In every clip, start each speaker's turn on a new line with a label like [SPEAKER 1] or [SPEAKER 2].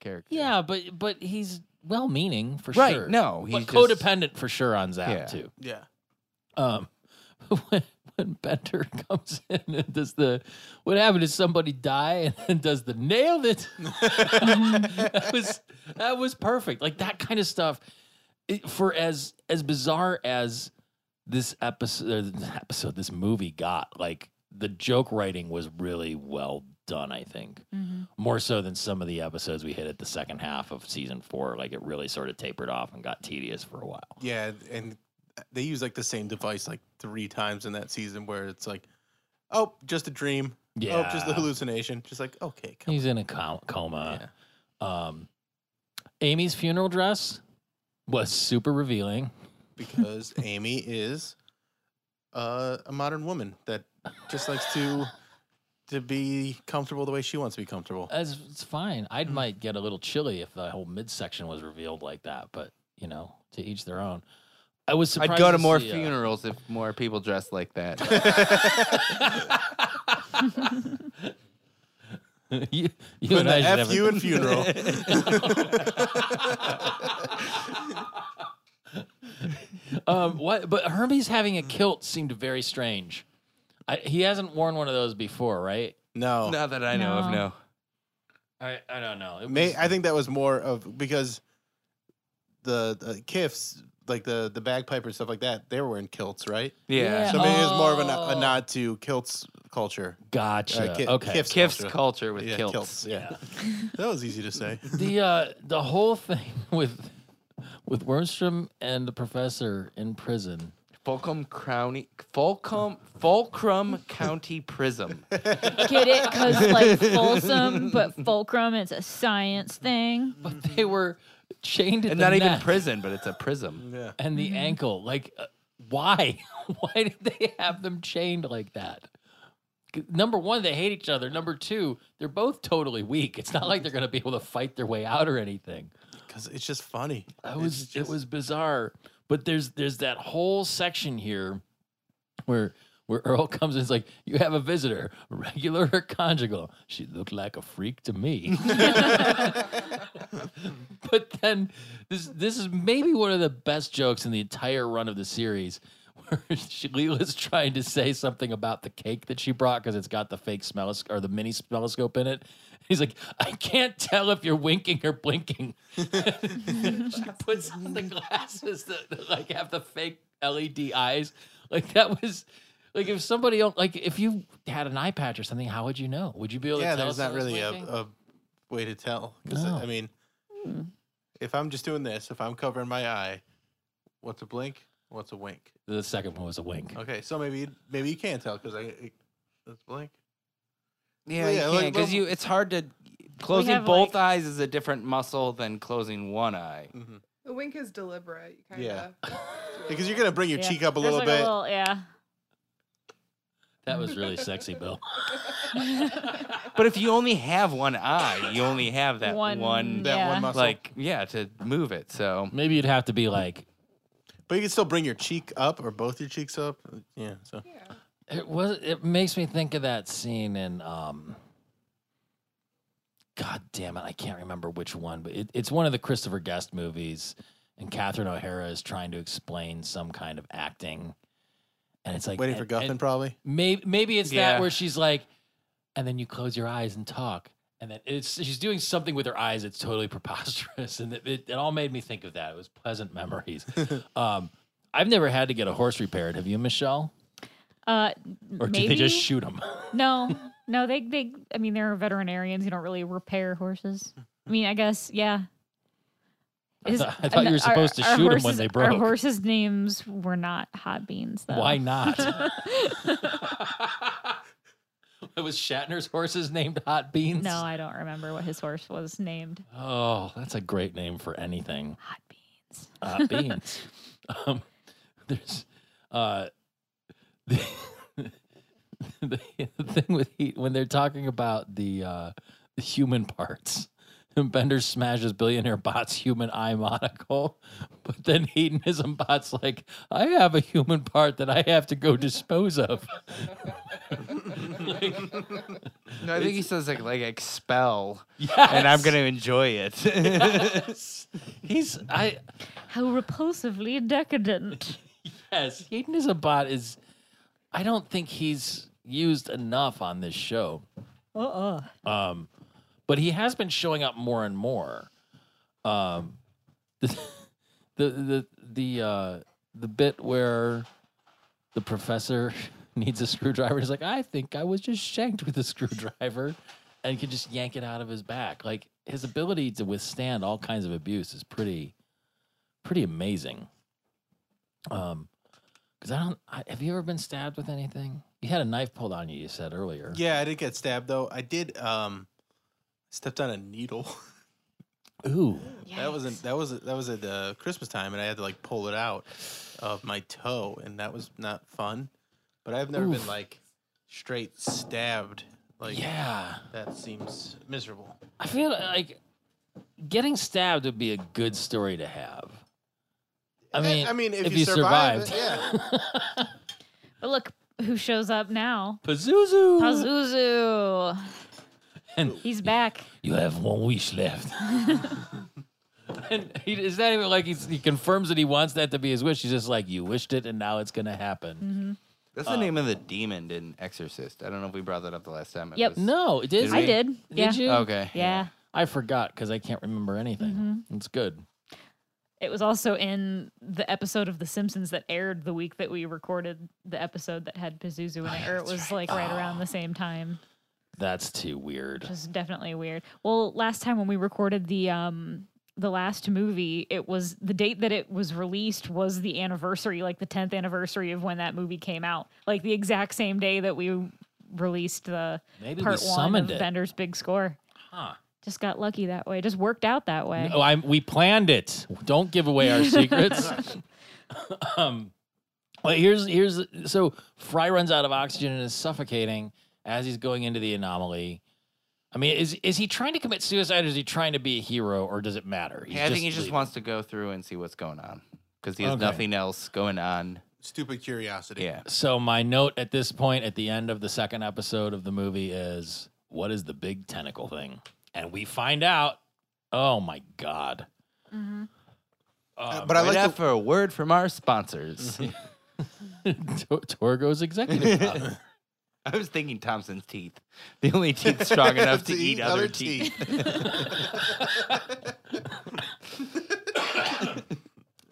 [SPEAKER 1] character.
[SPEAKER 2] Yeah, but but he's well meaning for
[SPEAKER 1] Right,
[SPEAKER 2] sure.
[SPEAKER 1] no,
[SPEAKER 2] he's
[SPEAKER 1] he's
[SPEAKER 2] but
[SPEAKER 1] just-
[SPEAKER 2] codependent for sure on Zap
[SPEAKER 1] Yeah.
[SPEAKER 2] too.
[SPEAKER 3] Yeah.
[SPEAKER 2] Um, when, when Bender comes in and does the what happened is somebody die and then does the nailed it. that was that was perfect. Like that kind of stuff. it- for as as bizarre as this episode, episode, this movie got, like the joke writing was really well done. I think more so than some of the episodes we hit at the second half of season four. Like it really sort of tapered off and got tedious for a while.
[SPEAKER 3] Yeah, and they use like the same device like three times in that season where it's like, oh, just a dream. Oh, just
[SPEAKER 2] Yeah.
[SPEAKER 3] a hallucination. Just like, okay, come
[SPEAKER 2] He's in a co- coma. Um, Amy's funeral dress was super revealing.
[SPEAKER 3] because Amy is uh, a modern woman that just likes to to be comfortable the way she wants to be comfortable.
[SPEAKER 2] As it's fine. I would might get a little chilly if the whole midsection was revealed like that, but you know, to each their own. I was surprised.
[SPEAKER 1] I'd go to more
[SPEAKER 2] see, uh,
[SPEAKER 1] funerals if more people dressed like that.
[SPEAKER 2] you, you
[SPEAKER 3] Put
[SPEAKER 2] and I
[SPEAKER 3] the
[SPEAKER 2] should
[SPEAKER 3] F
[SPEAKER 2] have a-
[SPEAKER 3] you in funeral.
[SPEAKER 2] Um, what? But Hermes having a kilt seemed very strange. I, he hasn't worn one of those before, right?
[SPEAKER 3] No,
[SPEAKER 1] Not that I know of,
[SPEAKER 4] No.
[SPEAKER 1] no.
[SPEAKER 2] I, I don't know. It
[SPEAKER 3] May,
[SPEAKER 2] was-
[SPEAKER 3] I think that was more of because the, the kiffs like the the bagpiper stuff like that they were wearing kilts, right?
[SPEAKER 1] Yeah.
[SPEAKER 3] So maybe it was more of a, no-
[SPEAKER 2] Oh.
[SPEAKER 3] a nod to kilts culture.
[SPEAKER 2] gotcha.
[SPEAKER 3] Uh, ki-
[SPEAKER 2] okay.
[SPEAKER 3] kiffs
[SPEAKER 1] Kiff's
[SPEAKER 3] culture.
[SPEAKER 1] culture with
[SPEAKER 3] yeah,
[SPEAKER 1] kilts.
[SPEAKER 3] Yeah, that was easy to say.
[SPEAKER 2] the uh, the whole thing with with Wormstrom and the professor in prison.
[SPEAKER 1] Fulcrum County, Fulcrum, Fulcrum County Prism.
[SPEAKER 4] Get it? Because like Folsom, but Fulcrum, it's a science thing.
[SPEAKER 2] But they were chained to
[SPEAKER 1] Mm-hmm. And
[SPEAKER 2] the
[SPEAKER 1] not even
[SPEAKER 2] neck
[SPEAKER 1] prison, Mm-hmm. but it's a prism.
[SPEAKER 3] Yeah,
[SPEAKER 2] and the ankle. Like, uh, why? why did they have them chained like that? 'Cause Number one, they hate each other. Number two, they're both totally weak. It's not like they're going to be able to fight their way out or anything.
[SPEAKER 3] because it's just funny.
[SPEAKER 2] It
[SPEAKER 3] It's
[SPEAKER 2] was it was bizarre. But there's there's that whole section here where where Earl comes in it's like, you have a visitor, regular or conjugal. She looked like a freak to me. but then this this is maybe one of the best jokes in the entire run of the series. Where she, Leela's trying to say something about the cake that she brought because it's got the fake smell or the mini smelloscope in it. He's like, I can't tell if you're winking or blinking. she puts on the glasses that, that, like have the fake LED eyes. Like that was like if somebody else like if you had an eye patch or something, how would you know? Would you be able
[SPEAKER 3] yeah.
[SPEAKER 2] to tell?
[SPEAKER 3] There's not
[SPEAKER 2] someone's
[SPEAKER 3] really a,
[SPEAKER 2] winking?
[SPEAKER 3] a way to tell because
[SPEAKER 2] No.
[SPEAKER 3] I mean, if I'm just doing this, if I'm covering my eye, what's a blink? What's a wink?
[SPEAKER 2] the second one was a wink.
[SPEAKER 3] Okay, so maybe maybe you can tell because I it, it's blink.
[SPEAKER 1] Yeah,
[SPEAKER 3] Well, yeah,
[SPEAKER 1] you
[SPEAKER 3] like-
[SPEAKER 1] can't because
[SPEAKER 3] well-
[SPEAKER 1] you. It's hard to. Closing
[SPEAKER 4] have,
[SPEAKER 1] both
[SPEAKER 4] like-
[SPEAKER 1] eyes is a different muscle than closing one eye.
[SPEAKER 3] Mm-hmm.
[SPEAKER 5] The wink is deliberate. You kind
[SPEAKER 3] Yeah.
[SPEAKER 5] of.
[SPEAKER 3] Because you're gonna bring your
[SPEAKER 4] Yeah.
[SPEAKER 3] cheek up a
[SPEAKER 4] There's,
[SPEAKER 3] little
[SPEAKER 4] like,
[SPEAKER 3] bit.
[SPEAKER 4] little- yeah.
[SPEAKER 2] That was really sexy, Bill.
[SPEAKER 1] But if you only have one eye, you only have that one,
[SPEAKER 4] One-
[SPEAKER 3] that
[SPEAKER 4] Yeah.
[SPEAKER 3] one muscle.
[SPEAKER 1] like yeah, to move it. So
[SPEAKER 2] Maybe you'd have to be like
[SPEAKER 3] but you can still bring your cheek up or both your cheeks up. Yeah. So
[SPEAKER 2] it was it makes me think of that scene in um God damn it, I can't remember which one, but it, it's one of the Christopher Guest movies and Catherine O'Hara is trying to explain some kind for acting. And it's like
[SPEAKER 3] waiting for
[SPEAKER 2] and-
[SPEAKER 3] Guffin,
[SPEAKER 2] and
[SPEAKER 3] probably.
[SPEAKER 2] Maybe maybe it's
[SPEAKER 1] Yeah.
[SPEAKER 2] that where she's like, and then you close your eyes and talk, and then it's she's doing something with her eyes that's totally preposterous, and it, it, it all made me think of that. It was pleasant memories. um, I've never had to get a horse repaired. Have you, Michelle?
[SPEAKER 4] Uh,
[SPEAKER 2] Or
[SPEAKER 4] maybe
[SPEAKER 2] did they just shoot them?
[SPEAKER 4] No, no, they they. I mean, there are veterinarians who don't really repair horses. I mean, I guess yeah.
[SPEAKER 2] I
[SPEAKER 4] His-
[SPEAKER 2] thought- I thought you were
[SPEAKER 4] our-
[SPEAKER 2] supposed to
[SPEAKER 4] our
[SPEAKER 2] shoot 'em when
[SPEAKER 4] horses-
[SPEAKER 2] they
[SPEAKER 4] Our
[SPEAKER 2] broke.
[SPEAKER 4] horses' names were not hot beans, though.
[SPEAKER 2] Why not? it was Shatner's horses named Hot Beans.
[SPEAKER 4] No, I don't remember what his horse was named.
[SPEAKER 2] Oh, that's a great name for anything.
[SPEAKER 4] Hot beans.
[SPEAKER 2] hot beans. um, there's uh, the, the thing with heat when they're talking about the uh, the human parts. And Bender smashes billionaire bot's human eye monocle, but then hedonism bot's like, I have a human part that I have to go dispose of. Like,
[SPEAKER 1] No, I think he says like like expel,
[SPEAKER 2] Yes.
[SPEAKER 1] and I'm gonna enjoy it.
[SPEAKER 2] Yes. He's I
[SPEAKER 4] How repulsively decadent.
[SPEAKER 2] yes. Hayden is a bot is. I don't think he's used enough on this show.
[SPEAKER 4] Uh uh
[SPEAKER 2] Um, but he has been showing up more and more. Um, the the the the, uh, the bit where the professor needs a screwdriver. He's like, I think I was just shanked with a screwdriver, and can just yank it out of his back. Like his ability to withstand all kinds of abuse is pretty pretty amazing. Um, because I don't. I, have you ever been stabbed with anything? You had a knife pulled on you. You said earlier.
[SPEAKER 3] Yeah, I did get stabbed though. I did um stepped on a needle.
[SPEAKER 2] Ooh.
[SPEAKER 3] that wasn't that was that was at uh, Christmas time and I had to like pull it out of my toe and that was not fun. But I've never
[SPEAKER 2] Oof.
[SPEAKER 3] been like straight stabbed. Like
[SPEAKER 2] yeah.
[SPEAKER 3] that seems miserable.
[SPEAKER 2] I feel like getting stabbed would be a good story to have. I mean,
[SPEAKER 3] Eh, I mean if,
[SPEAKER 2] if
[SPEAKER 3] you,
[SPEAKER 2] you
[SPEAKER 3] survive, it,
[SPEAKER 2] survived.
[SPEAKER 3] yeah.
[SPEAKER 4] But look who shows up now.
[SPEAKER 2] Pazuzu.
[SPEAKER 4] Pazuzu.
[SPEAKER 2] And-
[SPEAKER 4] He's back.
[SPEAKER 2] You have one wish left. and he, it's not even like he's, he confirms that he wants that to be his wish. He's just like, you wished it, and now it's going to happen.
[SPEAKER 1] That's the name of the demon in Exorcist. I don't know if we brought that up the last time. It
[SPEAKER 4] Yep.
[SPEAKER 1] was-
[SPEAKER 2] No, it did.
[SPEAKER 1] Did
[SPEAKER 4] I
[SPEAKER 1] we?
[SPEAKER 4] did. Yeah.
[SPEAKER 2] Did you?
[SPEAKER 1] Okay.
[SPEAKER 4] Yeah.
[SPEAKER 2] I forgot because I can't remember anything. It's good.
[SPEAKER 4] It was also in the episode of The Simpsons that aired the week that we recorded the episode that had Pazuzu in it, or it was like Oh, right Oh. around the same time.
[SPEAKER 2] That's too weird.
[SPEAKER 4] Which is definitely weird. Well, last time when we recorded the um the last movie, it was the date that it was released was the anniversary, like the tenth anniversary of when that movie came out, like the exact same day that we released the
[SPEAKER 2] Maybe we
[SPEAKER 4] part one of
[SPEAKER 2] summoned it.
[SPEAKER 4] Bender's Big Score.
[SPEAKER 2] Huh.
[SPEAKER 4] Just got lucky that way. Just worked out that way.
[SPEAKER 2] Oh, I'm, we planned it. Don't give away our secrets. um, well, here's here's so Fry runs out of oxygen and is suffocating as he's going into the anomaly. I mean, is is he trying to commit suicide? or Is he trying to be a hero, or does it matter? He's
[SPEAKER 1] Yeah, I think he just
[SPEAKER 2] leaving.
[SPEAKER 1] wants to go through and see what's going on because he has
[SPEAKER 2] Okay.
[SPEAKER 1] nothing else going on.
[SPEAKER 3] Stupid curiosity.
[SPEAKER 1] Yeah.
[SPEAKER 2] So my note at this point, at the end of the second episode of the movie, is what is the big tentacle thing? And we find out. Oh my god!
[SPEAKER 3] Uh,
[SPEAKER 2] Um,
[SPEAKER 3] but I
[SPEAKER 1] right
[SPEAKER 3] like the,
[SPEAKER 1] after a word from our sponsors.
[SPEAKER 2] Tor- Torgo's executive. Cup.
[SPEAKER 1] I was thinking Thompson's teeth. The only teeth strong enough to, eat, other, teeth.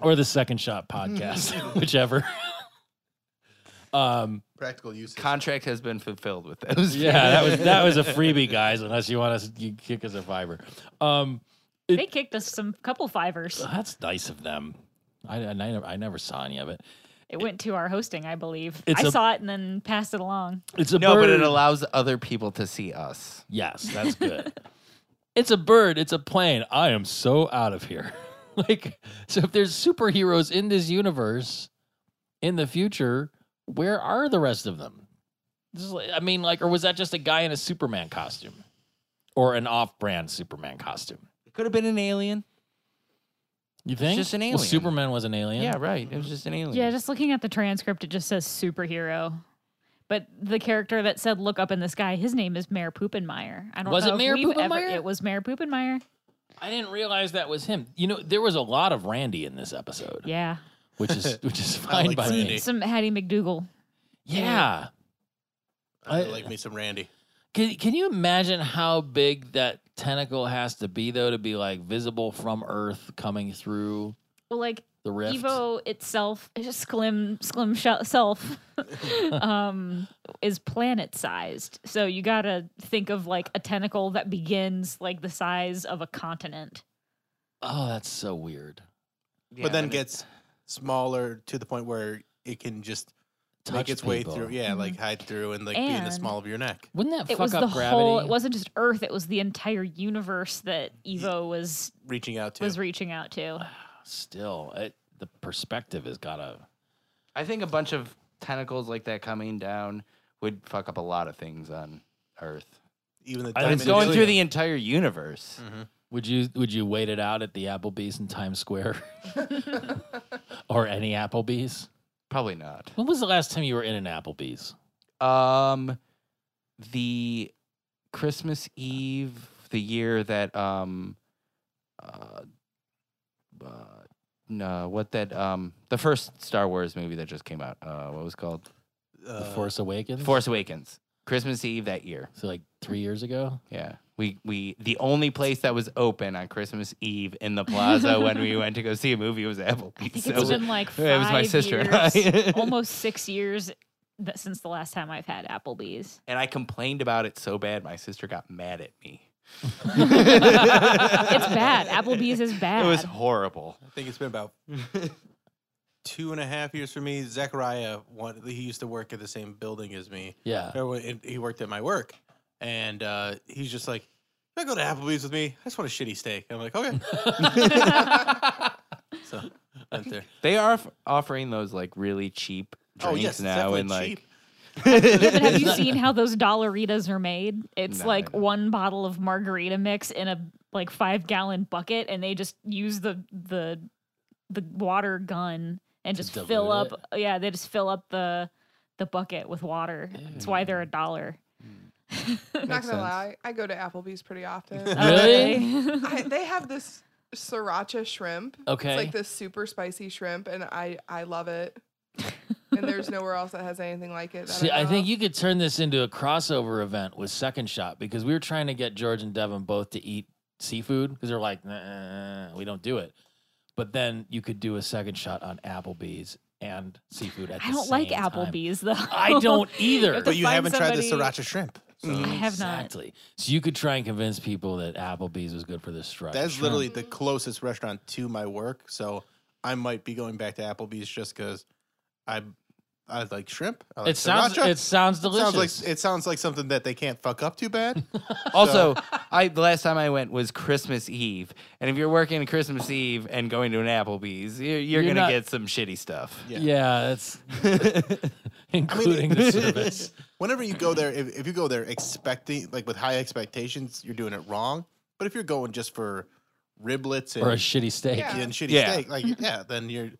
[SPEAKER 2] or the second shot podcast, whichever. um,
[SPEAKER 3] Practical use.
[SPEAKER 1] Contract has been fulfilled with those.
[SPEAKER 2] yeah, that was that was a freebie, guys. Unless you want us, you kick us a fiver. Um, it-
[SPEAKER 4] they kicked us some couple fivers.
[SPEAKER 2] that's nice of them. I, I, never- I never saw any of it.
[SPEAKER 4] It went to our hosting, I believe.
[SPEAKER 2] It's
[SPEAKER 4] I
[SPEAKER 2] a-
[SPEAKER 4] saw it and then passed it along.
[SPEAKER 2] It's a
[SPEAKER 1] no,
[SPEAKER 2] bird.
[SPEAKER 1] but it allows other people to see us.
[SPEAKER 2] yes, that's good. it's a bird. It's a plane. I am so out of here. like, so if there's superheroes in this universe in the future, where are the rest of them? This is like- I mean, like, or was that just a guy in a Superman costume, or an off-brand Superman costume?
[SPEAKER 1] It could have been an alien.
[SPEAKER 2] You think?
[SPEAKER 1] just an
[SPEAKER 2] Well,
[SPEAKER 1] alien.
[SPEAKER 2] Superman was an alien.
[SPEAKER 1] Yeah, right. It was just an alien.
[SPEAKER 4] Yeah, just looking at the transcript, it just says superhero. But the character that said "look up in the sky," his name is Mayor Poopenmeyer. I don't
[SPEAKER 2] Was it
[SPEAKER 4] know. if
[SPEAKER 2] Mayor
[SPEAKER 4] we've ever-
[SPEAKER 2] Poopenmeyer?
[SPEAKER 4] it was Mayor Poopenmeyer.
[SPEAKER 2] I didn't realize that was him. You know, there was a lot of Randy in this episode,
[SPEAKER 4] Yeah,
[SPEAKER 2] which is which is fine
[SPEAKER 3] like
[SPEAKER 2] by
[SPEAKER 3] Randy.
[SPEAKER 2] me.
[SPEAKER 4] some Hattie McDougal.
[SPEAKER 2] Yeah.
[SPEAKER 3] I like me some Randy.
[SPEAKER 2] Can Can you imagine how big that tentacle has to be though to be like visible from Earth coming through
[SPEAKER 4] Well, like
[SPEAKER 2] the rift?
[SPEAKER 4] Evo itself, just Sklim Sklim sh- self, um, is planet sized. So you gotta think of like a tentacle that begins like the size of a continent.
[SPEAKER 2] Oh, that's so weird.
[SPEAKER 1] Yeah,
[SPEAKER 3] but then
[SPEAKER 1] and it-
[SPEAKER 3] gets smaller to like, where it can just
[SPEAKER 2] Touch
[SPEAKER 3] make its way
[SPEAKER 2] people.
[SPEAKER 3] through. Yeah, like hide through and like be in the
[SPEAKER 4] Mm-hmm. And-
[SPEAKER 3] small of your neck.
[SPEAKER 2] Wouldn't that
[SPEAKER 4] It
[SPEAKER 2] fuck
[SPEAKER 4] was
[SPEAKER 2] up
[SPEAKER 4] the
[SPEAKER 2] gravity?
[SPEAKER 4] whole. It wasn't just Earth. It was the entire universe that Evo was
[SPEAKER 3] Reaching out to
[SPEAKER 4] was reaching out to.
[SPEAKER 2] Still, it, the perspective has got to.
[SPEAKER 1] I think a bunch of tentacles like that coming down would fuck up a lot of things on Earth.
[SPEAKER 3] even the
[SPEAKER 2] I-
[SPEAKER 3] diamond Mm-hmm.
[SPEAKER 1] it's going through the
[SPEAKER 3] dillion.
[SPEAKER 1] entire universe.
[SPEAKER 4] Mm-hmm.
[SPEAKER 2] Would you Would you wait it out at the Applebee's in Times Square, or any Applebee's?
[SPEAKER 1] Probably not.
[SPEAKER 2] When was the last time you were in an Applebee's?
[SPEAKER 1] Um, the Christmas Eve, the year that um, uh, uh, no, what that um, the first Star Wars movie that just came out. Uh, what was it called
[SPEAKER 2] The
[SPEAKER 3] Uh,
[SPEAKER 2] Force Awakens.
[SPEAKER 1] Force Awakens. Christmas Eve that year.
[SPEAKER 2] So like three years ago.
[SPEAKER 1] Yeah. We, we the only place that was open on Christmas Eve in the plaza when we went to go see a movie was
[SPEAKER 4] I
[SPEAKER 1] Applebee's.
[SPEAKER 4] think it's been like five
[SPEAKER 1] it was my sister and I.
[SPEAKER 4] years, almost six years that, since the last time I've had Applebee's.
[SPEAKER 1] and I complained about it so bad my sister got mad at me.
[SPEAKER 4] It's bad. Applebee's is bad.
[SPEAKER 1] It was horrible.
[SPEAKER 3] I think it's been about two and a half years for me. Zechariah, one, he used to work at the same building as me.
[SPEAKER 2] Yeah.
[SPEAKER 3] Or when- He worked at my work, and uh, he's just like, "Can I go to Applebee's with me? I just want a shitty steak." I'm like, "Okay." so went there.
[SPEAKER 1] They are f- offering those like really cheap
[SPEAKER 3] Oh
[SPEAKER 1] drinks
[SPEAKER 3] yes, it's
[SPEAKER 1] now
[SPEAKER 3] definitely
[SPEAKER 1] and like
[SPEAKER 3] cheap.
[SPEAKER 4] Yeah, but have you seen how those dollaritas are made? It's
[SPEAKER 1] No, I
[SPEAKER 4] like
[SPEAKER 1] know.
[SPEAKER 4] one bottle of margarita mix in a like five gallon bucket, and they just use the the the water gun and
[SPEAKER 2] To
[SPEAKER 4] just
[SPEAKER 2] dilute
[SPEAKER 4] fill up. Yeah, they just fill up the the bucket with water. That's why they're a dollar.
[SPEAKER 1] Makes
[SPEAKER 5] Not
[SPEAKER 1] sense.
[SPEAKER 5] gonna lie, I go to Applebee's pretty often.
[SPEAKER 2] Really?
[SPEAKER 5] I, they have this sriracha shrimp.
[SPEAKER 2] Okay.
[SPEAKER 5] It's like this super spicy shrimp, and I I love it. and there's nowhere else that has anything like it. that
[SPEAKER 2] See, I
[SPEAKER 5] know
[SPEAKER 2] think
[SPEAKER 5] of.
[SPEAKER 2] you could turn this into a crossover event with Second Shot because we were trying to get George and Devin both to eat seafood because they're like, nah, we don't do it. But then you could do a second shot on Applebee's and seafood at the
[SPEAKER 4] I don't
[SPEAKER 2] same
[SPEAKER 4] like
[SPEAKER 2] time.
[SPEAKER 4] Applebee's though.
[SPEAKER 2] I don't either.
[SPEAKER 4] have to
[SPEAKER 3] But you
[SPEAKER 4] find
[SPEAKER 3] haven't tried
[SPEAKER 4] somebody-
[SPEAKER 3] the sriracha shrimp. So
[SPEAKER 4] I have not.
[SPEAKER 2] Exactly. So you could try and convince people that Applebee's was good for this strike.
[SPEAKER 3] That's literally the closest restaurant to my work, so I might be going back to Applebee's just because I I like shrimp. I like
[SPEAKER 2] It sounds.
[SPEAKER 3] sriracha.
[SPEAKER 2] It sounds delicious.
[SPEAKER 3] sounds like it sounds like something that they can't fuck up too bad.
[SPEAKER 1] Also, I the last time I went was Christmas Eve, and if you're working Christmas Eve and going to an Applebee's, you're, you're,
[SPEAKER 2] You're
[SPEAKER 1] gonna
[SPEAKER 2] not-
[SPEAKER 1] get some shitty stuff.
[SPEAKER 3] Yeah.
[SPEAKER 2] yeah, that's including the service.
[SPEAKER 3] Whenever you go there, if, if you go there expecting like with high expectations, you're doing it wrong. But if you're going just for riblets and,
[SPEAKER 2] or a shitty steak.
[SPEAKER 5] Yeah.
[SPEAKER 3] and shitty
[SPEAKER 1] Yeah.
[SPEAKER 3] steak, like yeah, then you're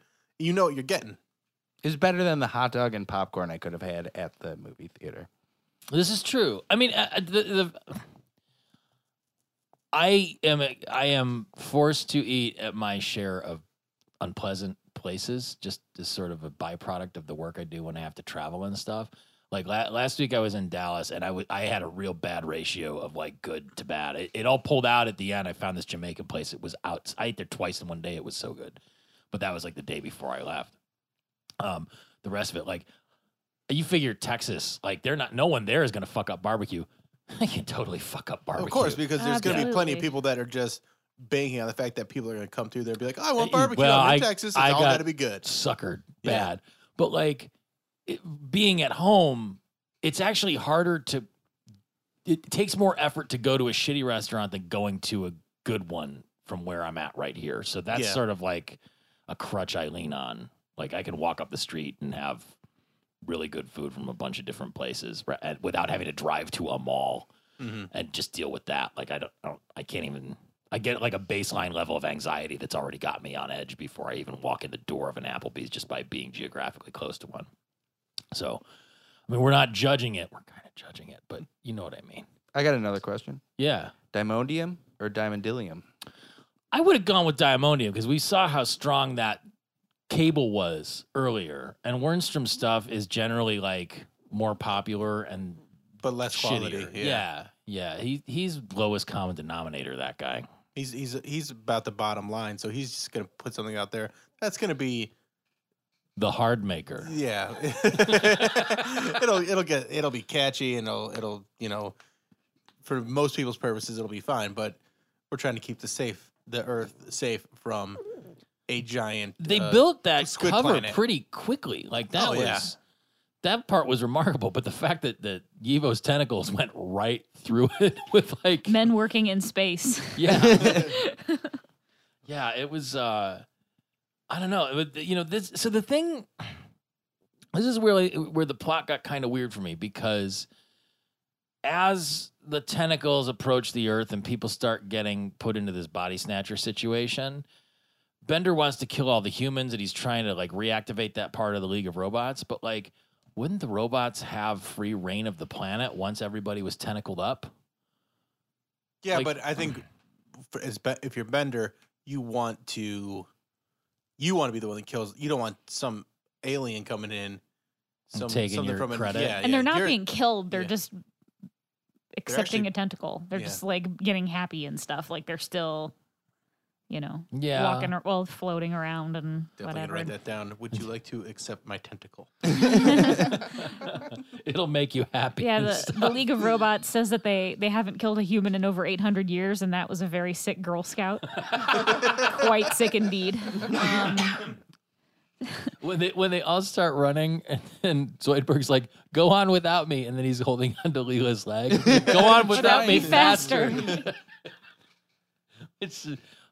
[SPEAKER 3] you know what you're getting.
[SPEAKER 1] It was better than the hot dog and popcorn I could have had at the movie theater.
[SPEAKER 2] This is true. I mean, uh, uh, the, the I am I am forced to eat at my share of unpleasant places, just as sort of a byproduct of the work I do when I have to travel and stuff. Like la- last week, I was in Dallas and I wa- I had a real bad ratio of like good to bad. It, it all pulled out at the end. I found this Jamaican place. It was out. I ate there twice in one day. It was so good, but that was like the day before I left. Um, the rest of it, like you figure Texas, like they're not. No one there is gonna fuck up barbecue. I can totally fuck up barbecue.
[SPEAKER 3] Of course, because there's going to be plenty of
[SPEAKER 4] Absolutely.
[SPEAKER 3] people that are just banking on the fact that people are going to come through there and be like, "Oh, I want
[SPEAKER 2] Uh,
[SPEAKER 3] barbecue.
[SPEAKER 2] well,
[SPEAKER 3] I'm in
[SPEAKER 2] I-
[SPEAKER 3] Texas. It's
[SPEAKER 2] I
[SPEAKER 3] all
[SPEAKER 2] got-
[SPEAKER 3] got to be good.
[SPEAKER 2] suckered
[SPEAKER 3] Yeah.
[SPEAKER 2] bad. But like it, being at home, it's actually harder to. It takes more effort to go to a shitty restaurant than going to a good one from where I'm at right here. So that's
[SPEAKER 3] Yeah.
[SPEAKER 2] sort of like a crutch I lean on. Like I can walk up the street and have really good food from a bunch of different places ra- at- without having to drive to a mall
[SPEAKER 3] Mhm.
[SPEAKER 2] and just deal with that. Like I don't, I don't, I can't even. I get like a baseline level of anxiety that's already got me on edge before I even walk in the door of an Applebee's just by being geographically close to one. So, I mean, we're not judging it. We're kind of judging it, but you know what I mean.
[SPEAKER 1] I got another question:
[SPEAKER 2] Yeah.
[SPEAKER 1] Dimondium or Diamondillium?
[SPEAKER 2] I would have gone with Diamondium because we saw how strong that cable was earlier. And Wernstrom stuff is generally like more popular and
[SPEAKER 3] But less quality.
[SPEAKER 2] shittier. Yeah. yeah. He he's lowest common denominator, that guy.
[SPEAKER 3] He's he's he's about the bottom line, so he's just gonna put something out there that's gonna be
[SPEAKER 2] The hard maker.
[SPEAKER 3] yeah. it'll it'll get it'll be catchy and it'll it'll you know for most people's purposes it'll be fine, but we're trying to keep the safe the earth safe from a giant.
[SPEAKER 2] They
[SPEAKER 3] uh,
[SPEAKER 2] built that
[SPEAKER 3] Squid
[SPEAKER 2] cover
[SPEAKER 3] Planet.
[SPEAKER 2] pretty quickly. Like that
[SPEAKER 3] Oh,
[SPEAKER 2] was
[SPEAKER 3] yeah.
[SPEAKER 2] that part was remarkable, but the fact that the Yevo's tentacles went right through it with like
[SPEAKER 4] Men working in space.
[SPEAKER 2] Yeah. yeah, it was uh I don't know. It, was- you know, this so the thing this is where like, where the plot got kind of weird for me because as the tentacles approach the earth and people start getting put into this body snatcher situation, Bender wants to kill all the humans and he's trying to like reactivate that part of the League of Robots, but like wouldn't the robots have free reign of the planet once everybody was tentacled up?
[SPEAKER 3] Yeah,
[SPEAKER 2] Like-
[SPEAKER 3] but I think for- as be- if you're Bender, you want to, you want to be the one that kills. You don't want some alien coming in, some
[SPEAKER 2] taking
[SPEAKER 3] something
[SPEAKER 2] your
[SPEAKER 3] from an-
[SPEAKER 2] credit.
[SPEAKER 3] yeah,
[SPEAKER 4] and
[SPEAKER 3] yeah,
[SPEAKER 4] they're not
[SPEAKER 3] you're-
[SPEAKER 4] being killed. They're
[SPEAKER 3] yeah.
[SPEAKER 4] just accepting
[SPEAKER 3] actually-
[SPEAKER 4] a tentacle. They're
[SPEAKER 3] yeah.
[SPEAKER 4] just like getting happy and stuff. Like they're still, you know,
[SPEAKER 2] Yeah.
[SPEAKER 4] walking or well, floating around and
[SPEAKER 3] Definitely gonna write
[SPEAKER 4] whatever.
[SPEAKER 3] that down. Would you like to accept my tentacle?
[SPEAKER 2] It'll make you happy.
[SPEAKER 4] Yeah,
[SPEAKER 2] and
[SPEAKER 4] the,
[SPEAKER 2] stuff.
[SPEAKER 4] the League of Robots says that they they haven't killed a human in over 800 years, and that was a very sick Girl Scout. Quite sick indeed. Um,
[SPEAKER 2] when they when they all start running and, and Zoidberg's like, "Go on without me," and then he's holding onto Leela's leg. Go on without
[SPEAKER 4] without
[SPEAKER 2] me
[SPEAKER 4] me
[SPEAKER 2] faster.
[SPEAKER 4] faster.
[SPEAKER 2] it's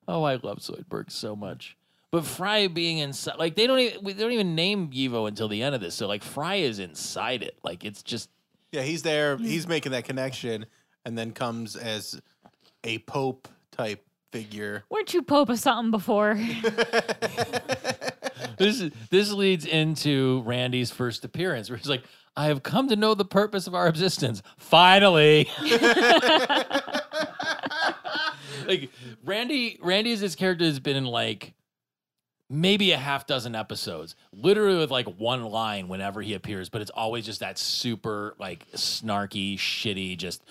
[SPEAKER 2] oh, I love Zoidberg so much. But Fry being inside, like they don't even we they don't even name Yivo until the end of this. So like Fry is inside it. Like it's just
[SPEAKER 3] Yeah, he's there. He's
[SPEAKER 4] Mm.
[SPEAKER 3] making that connection, and then comes as a pope type figure.
[SPEAKER 4] weren't you Pope of something before?
[SPEAKER 2] this is- this leads into Randy's first appearance, where he's like, "I have come to know the purpose of our existence. Finally." like Randy, Randy is this character that's been in like maybe a half dozen episodes, literally with like one line whenever he appears, but it's always just that super like snarky, shitty, just.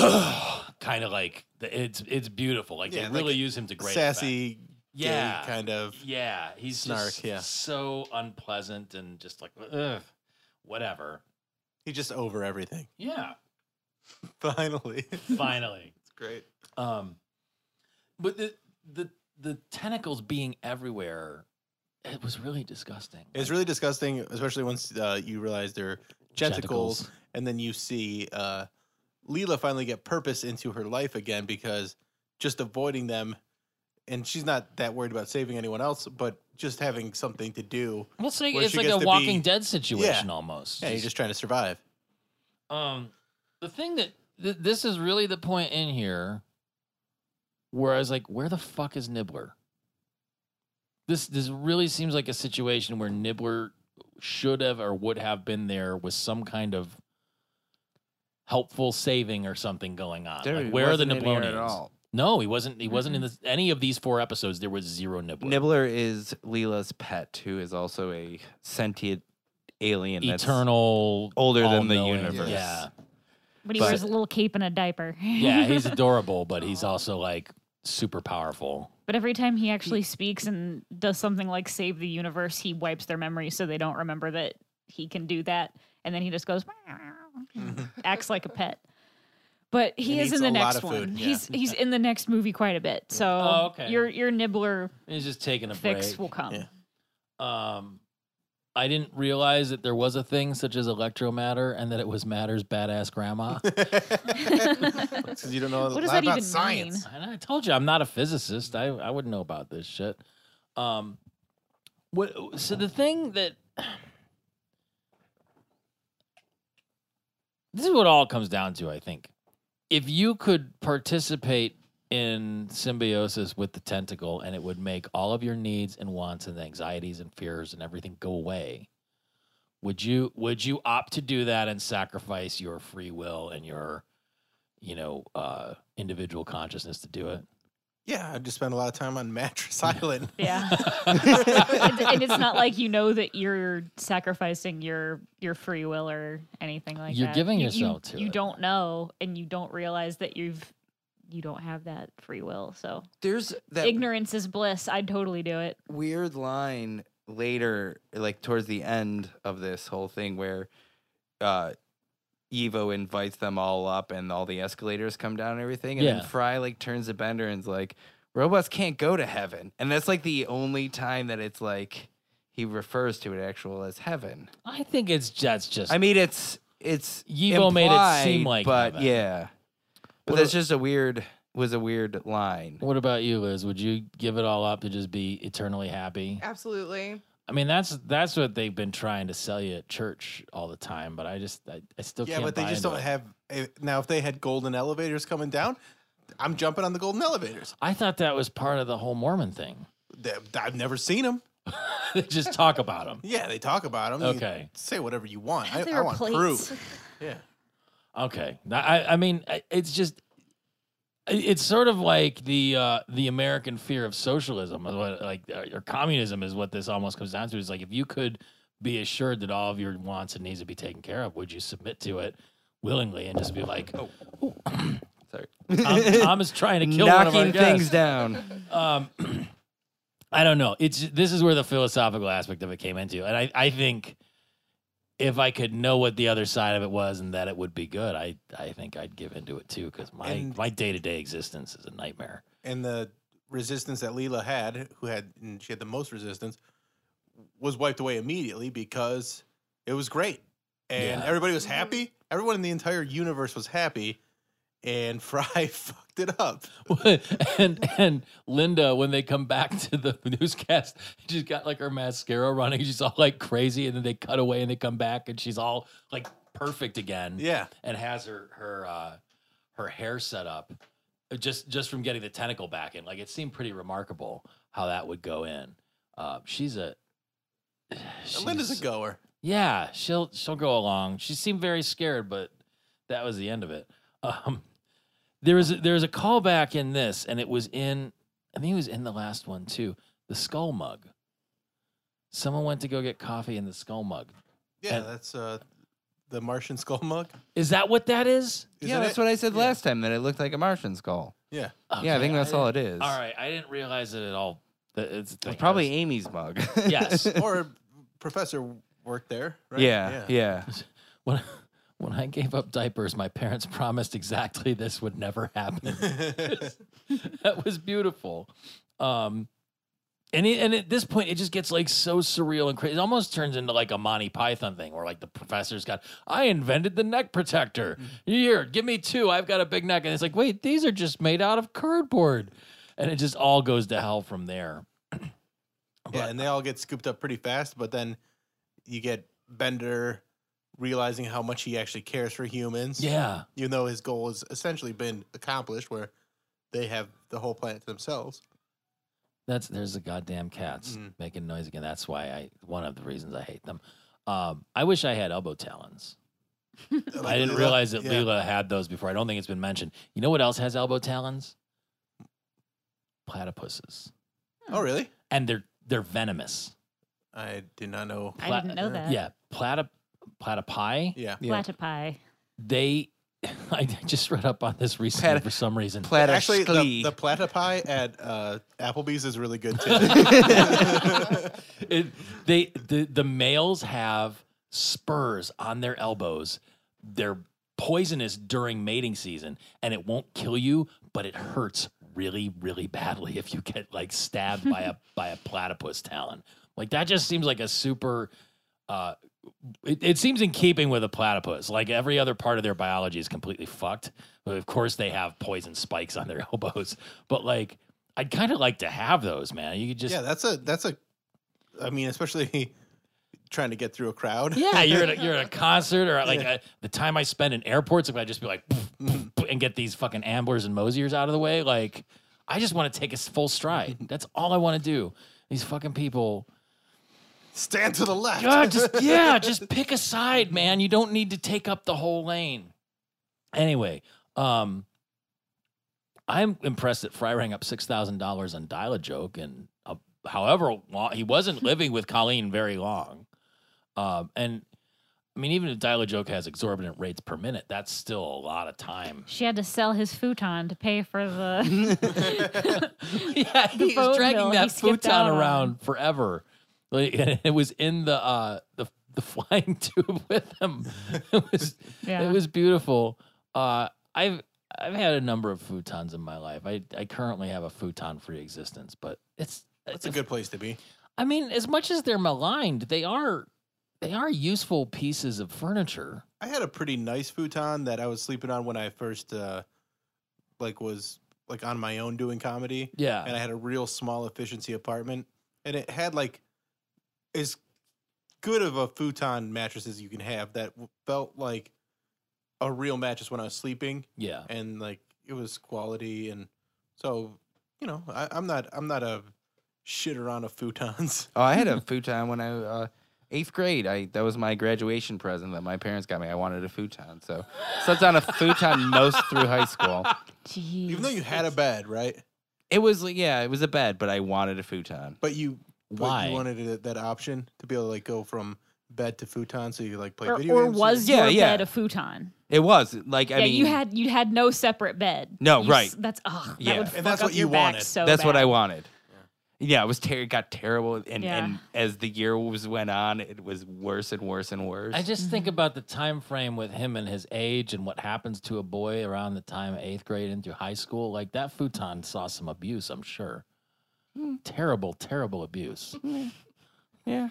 [SPEAKER 2] kind of like it's it's beautiful. Like
[SPEAKER 3] Yeah,
[SPEAKER 2] they
[SPEAKER 3] like
[SPEAKER 2] really use him to great effect.
[SPEAKER 3] Sassy, gay
[SPEAKER 2] Yeah.
[SPEAKER 3] kind of.
[SPEAKER 2] Yeah, he's just
[SPEAKER 3] Snark, yeah.
[SPEAKER 2] so unpleasant and just like ugh, whatever.
[SPEAKER 3] He's just over everything.
[SPEAKER 2] Yeah,
[SPEAKER 3] Finally, it's
[SPEAKER 2] finally.
[SPEAKER 3] great.
[SPEAKER 2] um, but the the the tentacles being everywhere, it was really disgusting.
[SPEAKER 3] It's really disgusting, especially once uh, you realize they're genticles,
[SPEAKER 2] Genitals.
[SPEAKER 3] and then you see uh, Leela finally get purpose into her life again because just avoiding them, and she's not that worried about saving anyone else, but just having something to do.
[SPEAKER 2] Well, it's like,
[SPEAKER 3] where
[SPEAKER 2] it's
[SPEAKER 3] she
[SPEAKER 2] like
[SPEAKER 3] gets
[SPEAKER 2] a
[SPEAKER 3] to be-
[SPEAKER 2] Walking Dead situation almost.
[SPEAKER 3] Yeah, you're just trying to survive.
[SPEAKER 2] Um, the thing that th- this is really the point in here where I was like, where the fuck is Nibbler? This this really seems like a situation where Nibbler should have or would have been there with some kind of helpful saving or something going on.
[SPEAKER 1] There
[SPEAKER 2] like, Uh, where are the
[SPEAKER 1] wasn't any
[SPEAKER 2] Niblonians?
[SPEAKER 1] here at all.
[SPEAKER 2] No, he wasn't. He wasn't in this, any of these four episodes. There was zero Nibbler.
[SPEAKER 1] Nibbler is Leela's pet, who is also a sentient alien. that's
[SPEAKER 2] Eternal,
[SPEAKER 1] older than the
[SPEAKER 2] all-knowing.
[SPEAKER 1] universe.
[SPEAKER 2] Yeah,
[SPEAKER 4] But he
[SPEAKER 1] But-
[SPEAKER 4] wears a little cape and a diaper.
[SPEAKER 2] yeah, he's adorable, but he's also like super powerful.
[SPEAKER 4] But every time he actually speaks and does something like save the universe, he wipes their memory so they don't remember that he can do that. And then he just goes,
[SPEAKER 3] Mm-hmm.
[SPEAKER 4] acts like a pet. But he
[SPEAKER 3] And
[SPEAKER 4] is
[SPEAKER 3] eats
[SPEAKER 4] in the
[SPEAKER 3] a lot
[SPEAKER 4] next
[SPEAKER 3] of
[SPEAKER 4] one.
[SPEAKER 3] food, yeah.
[SPEAKER 4] He's he's in the next movie quite a bit. So
[SPEAKER 2] Oh, okay.
[SPEAKER 4] your your nibbler
[SPEAKER 2] He's just taking a
[SPEAKER 4] fix
[SPEAKER 2] break.
[SPEAKER 4] will come.
[SPEAKER 3] Yeah.
[SPEAKER 2] Um, I didn't realize that there was a thing such as electromatter and that it was Matter's badass grandma.
[SPEAKER 3] Because you don't know a
[SPEAKER 4] What does
[SPEAKER 3] lot
[SPEAKER 4] that
[SPEAKER 3] about
[SPEAKER 4] even
[SPEAKER 3] science.
[SPEAKER 4] mean?
[SPEAKER 2] and I told you I'm not a physicist. I, I wouldn't know about this shit. Um, what? So the thing that this is what all comes down to, I think. If you could participate in symbiosis with the tentacle and it would make all of your needs and wants and anxieties and fears and everything go away, would you would you opt to do that and sacrifice your free will and your you know uh individual consciousness to do it
[SPEAKER 3] Yeah, I just spent a lot of time on Mattress Island.
[SPEAKER 4] Yeah. and, and it's not like you know that you're sacrificing your your free will or anything like
[SPEAKER 2] You're
[SPEAKER 4] that.
[SPEAKER 2] giving
[SPEAKER 4] You-
[SPEAKER 2] yourself
[SPEAKER 4] you,
[SPEAKER 2] to
[SPEAKER 4] You
[SPEAKER 2] it.
[SPEAKER 4] don't know and you don't realize that you've you don't have that free will. So
[SPEAKER 1] There's that
[SPEAKER 4] ignorance is bliss. I'd totally do it.
[SPEAKER 1] weird line later, like towards the end of this whole thing, where uh, Evo invites them all up, and all the escalators come down and everything. And
[SPEAKER 2] Yeah.
[SPEAKER 1] then Fry like turns to Bender and's like, "Robots can't go to heaven," and that's like the only time that it's like he refers to it actual as heaven.
[SPEAKER 2] i think it's that's just
[SPEAKER 1] I mean, it's it's
[SPEAKER 2] Yivo made it seem
[SPEAKER 1] implied,
[SPEAKER 2] like
[SPEAKER 1] but
[SPEAKER 2] heaven.
[SPEAKER 1] yeah, but
[SPEAKER 2] What
[SPEAKER 1] that's
[SPEAKER 2] a-
[SPEAKER 1] just a weird was a weird line.
[SPEAKER 2] what about you liz would you give it all up to just be eternally happy
[SPEAKER 5] Absolutely.
[SPEAKER 2] i mean that's that's what they've been trying to sell you at church all the time but i just i, I still
[SPEAKER 3] yeah,
[SPEAKER 2] can't
[SPEAKER 3] but they
[SPEAKER 2] buy
[SPEAKER 3] just
[SPEAKER 2] into
[SPEAKER 3] don't
[SPEAKER 2] it.
[SPEAKER 3] have. A, now, if they had golden elevators coming down, I'm jumping on the golden elevators.
[SPEAKER 2] i thought that was part of the whole mormon thing
[SPEAKER 3] They- I've never seen them.
[SPEAKER 2] they just talk about them
[SPEAKER 3] Yeah, they talk about them.
[SPEAKER 2] Okay.
[SPEAKER 3] say whatever you want. I,
[SPEAKER 4] They
[SPEAKER 3] I
[SPEAKER 4] were
[SPEAKER 3] want
[SPEAKER 4] plates.
[SPEAKER 3] proof. Yeah.
[SPEAKER 2] okay i i I mean I- it's just it's sort of like the uh, the American fear of socialism, is what- like uh, or communism, is what this almost comes down to. Is like if you could be assured that all of your wants and needs would be taken care of, would you submit to it willingly and just be like,
[SPEAKER 1] Oh. Sorry.
[SPEAKER 2] Tom, Tom is trying to kill one
[SPEAKER 1] Knocking
[SPEAKER 2] of our guests."
[SPEAKER 1] things down.
[SPEAKER 2] um, I don't know. It's this is where the philosophical aspect of it came into, and I, I think if I could know what the other side of it was and that it would be good, I I think I'd give into it too because my
[SPEAKER 3] And-
[SPEAKER 2] my day to day existence is a nightmare.
[SPEAKER 3] and the resistance that Leela had, who had and she had the most resistance, was wiped away immediately because it was great. And
[SPEAKER 2] Yeah.
[SPEAKER 3] everybody was happy. Everyone in the entire universe was happy. And Fry fucked it up.
[SPEAKER 2] and and Linda, when they come back to the newscast, she's got like her mascara running. She's all like crazy, and then they cut away and they come back, and she's all like perfect again.
[SPEAKER 3] Yeah.
[SPEAKER 2] and has her her uh, her hair set up uh, just just from getting the tentacle back in. Like it seemed pretty remarkable how that would go in. Uh, she's a
[SPEAKER 3] Linda's
[SPEAKER 2] she's-
[SPEAKER 3] a goer.
[SPEAKER 2] Yeah, she'll she'll go along. She seemed very scared, but that was the end of it. Um, there was a, there was a callback in this, and it was in I think it was in the last one too. The skull mug. Someone went to go get coffee in the skull mug.
[SPEAKER 3] Yeah,
[SPEAKER 2] And-
[SPEAKER 3] that's uh, the Martian skull mug.
[SPEAKER 2] Is that what that is?
[SPEAKER 1] yeah,
[SPEAKER 3] Isn't
[SPEAKER 1] that's
[SPEAKER 3] it?
[SPEAKER 1] what I said
[SPEAKER 3] Yeah.
[SPEAKER 1] last time that it looked like a Martian skull.
[SPEAKER 3] Yeah.
[SPEAKER 1] yeah, I
[SPEAKER 2] Okay,
[SPEAKER 1] think that's all it is.
[SPEAKER 2] All right, I didn't realize it at all. That it's a
[SPEAKER 1] It's
[SPEAKER 2] thing.
[SPEAKER 1] probably Amy's mug.
[SPEAKER 2] Yes.
[SPEAKER 3] or Professor worked there, right?
[SPEAKER 1] Yeah, yeah.
[SPEAKER 2] when when I gave up diapers, my parents promised exactly this would never happen. that was beautiful. Um, and it, and at this point, it just gets like so surreal and crazy. It almost turns into like a Monty Python thing, where like the professor's got, I invented the neck protector. Here, give me two. I've got a big neck, and it's like, wait, these are just made out of cardboard, and it just all goes to hell from there.
[SPEAKER 3] Yeah, and they all get scooped up pretty fast, but then you get Bender realizing how much he actually cares for humans.
[SPEAKER 2] Yeah,
[SPEAKER 3] Even though his goal has essentially been accomplished where they have the whole planet to themselves.
[SPEAKER 2] That's there's the goddamn cats
[SPEAKER 3] Mm.
[SPEAKER 2] making noise again. That's why I one of the reasons I hate them. Um, I wish I had elbow talons. I didn't realize that
[SPEAKER 3] uh, yeah.
[SPEAKER 2] Leela had those before. I don't think it's been mentioned. You know what else has elbow talons? Platypuses,
[SPEAKER 3] Oh really?
[SPEAKER 2] and they're they're venomous.
[SPEAKER 3] I did not know.
[SPEAKER 4] I didn't know that.
[SPEAKER 2] Yeah, platy platypi.
[SPEAKER 3] Yeah.
[SPEAKER 1] Yeah.
[SPEAKER 4] Platypi.
[SPEAKER 2] They. I just read up on this recently
[SPEAKER 1] Platy-
[SPEAKER 2] for some reason.
[SPEAKER 1] Platter
[SPEAKER 3] Actually, the,
[SPEAKER 1] sklee.
[SPEAKER 3] the platypi at uh, Applebee's is really good too.
[SPEAKER 2] it, they the, the males have spurs on their elbows. They're poisonous during mating season, and it won't kill you, but it hurts really, really badly if you get like stabbed by a by a platypus talon. Like that just seems like a super. Uh, it, it seems in keeping with a platypus. Like every other part of their biology is completely fucked. But of course, they have poison spikes on their elbows. But like, I'd kind of like to have those, man. You could just
[SPEAKER 3] yeah, that's a that's a I mean, especially trying to get through a crowd.
[SPEAKER 2] Yeah, you're at a, you're at a concert or at, like uh the time I spend in airports, if I just be like poof, poof, poof, and get these fucking amblers and mosiers out of the way, like I just want to take a s- full stride. That's all I want to do. These fucking people,
[SPEAKER 3] Stand to the left.
[SPEAKER 2] God, just yeah, just pick a side, man. You don't need to take up the whole lane. Anyway, um, I'm impressed that Fry rang up six thousand dollars on Dial a Joke, and uh, however long he wasn't living with Colleen very long, um, and I mean, even if Dial a Joke has exorbitant rates per minute, that's still a lot of time.
[SPEAKER 4] She had to sell his futon to pay for the.
[SPEAKER 2] yeah, he
[SPEAKER 4] phone
[SPEAKER 2] was dragging
[SPEAKER 4] bill he
[SPEAKER 2] that
[SPEAKER 4] skipped
[SPEAKER 2] futon
[SPEAKER 4] out on.
[SPEAKER 2] around forever. Like, and it was in the uh, the the flying tube with him. It was
[SPEAKER 4] Yeah.
[SPEAKER 2] it was beautiful. Uh, I've I've had a number of futons in my life. I I currently have a futon free existence, but it's
[SPEAKER 3] That's a good place to be.
[SPEAKER 2] I mean, as much as they're maligned, they are they are useful pieces of furniture.
[SPEAKER 3] I had a pretty nice futon that I was sleeping on when I first uh like was like on my own doing comedy
[SPEAKER 2] Yeah,
[SPEAKER 3] and I had a real small efficiency apartment and it had like as good of a futon mattress as you can have that w- felt like a real mattress when I was sleeping
[SPEAKER 2] yeah.
[SPEAKER 3] and like it was quality and so you know I, I'm not I'm not a shitter on of futons
[SPEAKER 1] Oh, I had a futon when I uh, eighth grade. I that was my graduation present that my parents got me. I wanted a futon, so slept on a futon most through high school.
[SPEAKER 4] Jeez.
[SPEAKER 3] Even though you had a bed, right?
[SPEAKER 1] It was like yeah, it was a bed, but I wanted a futon.
[SPEAKER 3] But you but
[SPEAKER 2] Why?
[SPEAKER 3] you wanted it- that option to be able to like go from bed to futon so you could like play
[SPEAKER 4] or,
[SPEAKER 3] video
[SPEAKER 4] or
[SPEAKER 3] games.
[SPEAKER 4] was
[SPEAKER 1] Yeah,
[SPEAKER 4] your
[SPEAKER 1] yeah.
[SPEAKER 4] bed a futon?
[SPEAKER 1] It was like I
[SPEAKER 4] yeah,
[SPEAKER 1] mean
[SPEAKER 4] you had you had no separate bed.
[SPEAKER 1] No,
[SPEAKER 4] You s-
[SPEAKER 1] right.
[SPEAKER 4] That's ugh,
[SPEAKER 1] Yeah.
[SPEAKER 4] that would
[SPEAKER 1] And
[SPEAKER 4] fuck
[SPEAKER 3] that's
[SPEAKER 4] up
[SPEAKER 3] what you
[SPEAKER 4] your back
[SPEAKER 3] wanted.
[SPEAKER 4] So
[SPEAKER 1] that's what
[SPEAKER 4] bad.
[SPEAKER 1] I wanted. Yeah, it was ter- it got terrible, and,
[SPEAKER 4] Yeah.
[SPEAKER 1] and as the year was went on, it was worse and worse and worse.
[SPEAKER 2] I just mm-hmm. think about the time frame with him and his age and what happens to a boy around the time of eighth grade into high school. Like that futon saw some abuse, I'm sure. Hmm. Terrible, terrible abuse.
[SPEAKER 1] yeah.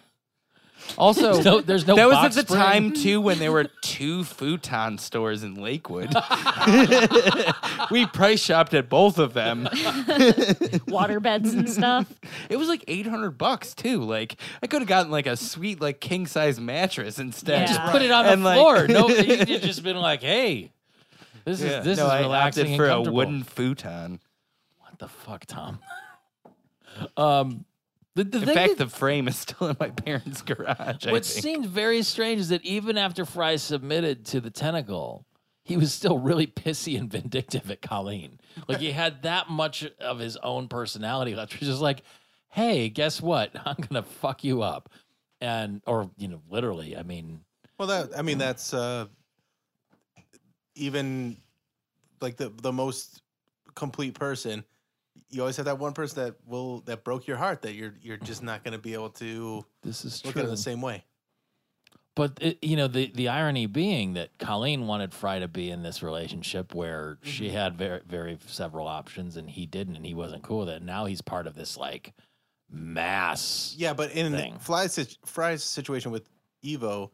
[SPEAKER 1] Also,
[SPEAKER 2] No, there's no.
[SPEAKER 1] that was at
[SPEAKER 2] box
[SPEAKER 1] the
[SPEAKER 2] spring.
[SPEAKER 1] time too when there were two futon stores in Lakewood. we price shopped at both of them.
[SPEAKER 4] Water beds and stuff.
[SPEAKER 1] It was like eight hundred bucks too. Like I could have gotten like a sweet like king size mattress instead.
[SPEAKER 4] Yeah.
[SPEAKER 2] Put it on the
[SPEAKER 1] And, like-
[SPEAKER 2] floor. No, you'd just been like, "Hey, this
[SPEAKER 1] Yeah.
[SPEAKER 2] is this
[SPEAKER 1] no,
[SPEAKER 2] is
[SPEAKER 1] I
[SPEAKER 2] relaxing
[SPEAKER 1] opted
[SPEAKER 2] and
[SPEAKER 1] for a
[SPEAKER 2] comfortable."
[SPEAKER 1] wooden futon.
[SPEAKER 2] What the fuck, Tom? um, the, the
[SPEAKER 1] In
[SPEAKER 2] thing
[SPEAKER 1] fact,
[SPEAKER 2] that-
[SPEAKER 1] the frame is still in my parents' garage. I
[SPEAKER 2] what
[SPEAKER 1] think.
[SPEAKER 2] seemed very strange is that even after Fry submitted to the tentacle, he was still really pissy and vindictive at Colleen. Like he had that much of his own personality left. He's just like, "Hey, guess what? I'm gonna fuck you up," and or you know, literally. I mean,
[SPEAKER 3] Well, that I mean, that's uh, even like the the most complete person. You always have that one person that will that broke your heart that you're you're just not going to be able to
[SPEAKER 2] this is
[SPEAKER 3] look
[SPEAKER 2] true.
[SPEAKER 3] at it the same way.
[SPEAKER 2] But it, you know the the irony being that Colleen wanted Fry to be in this relationship where she
[SPEAKER 3] Mm-hmm.
[SPEAKER 2] had very very several options and he didn't and he wasn't cool with it. Now he's part of this like mass.
[SPEAKER 3] Yeah, but in
[SPEAKER 2] Thing.
[SPEAKER 3] Fly's sit- Fry's situation with Evo,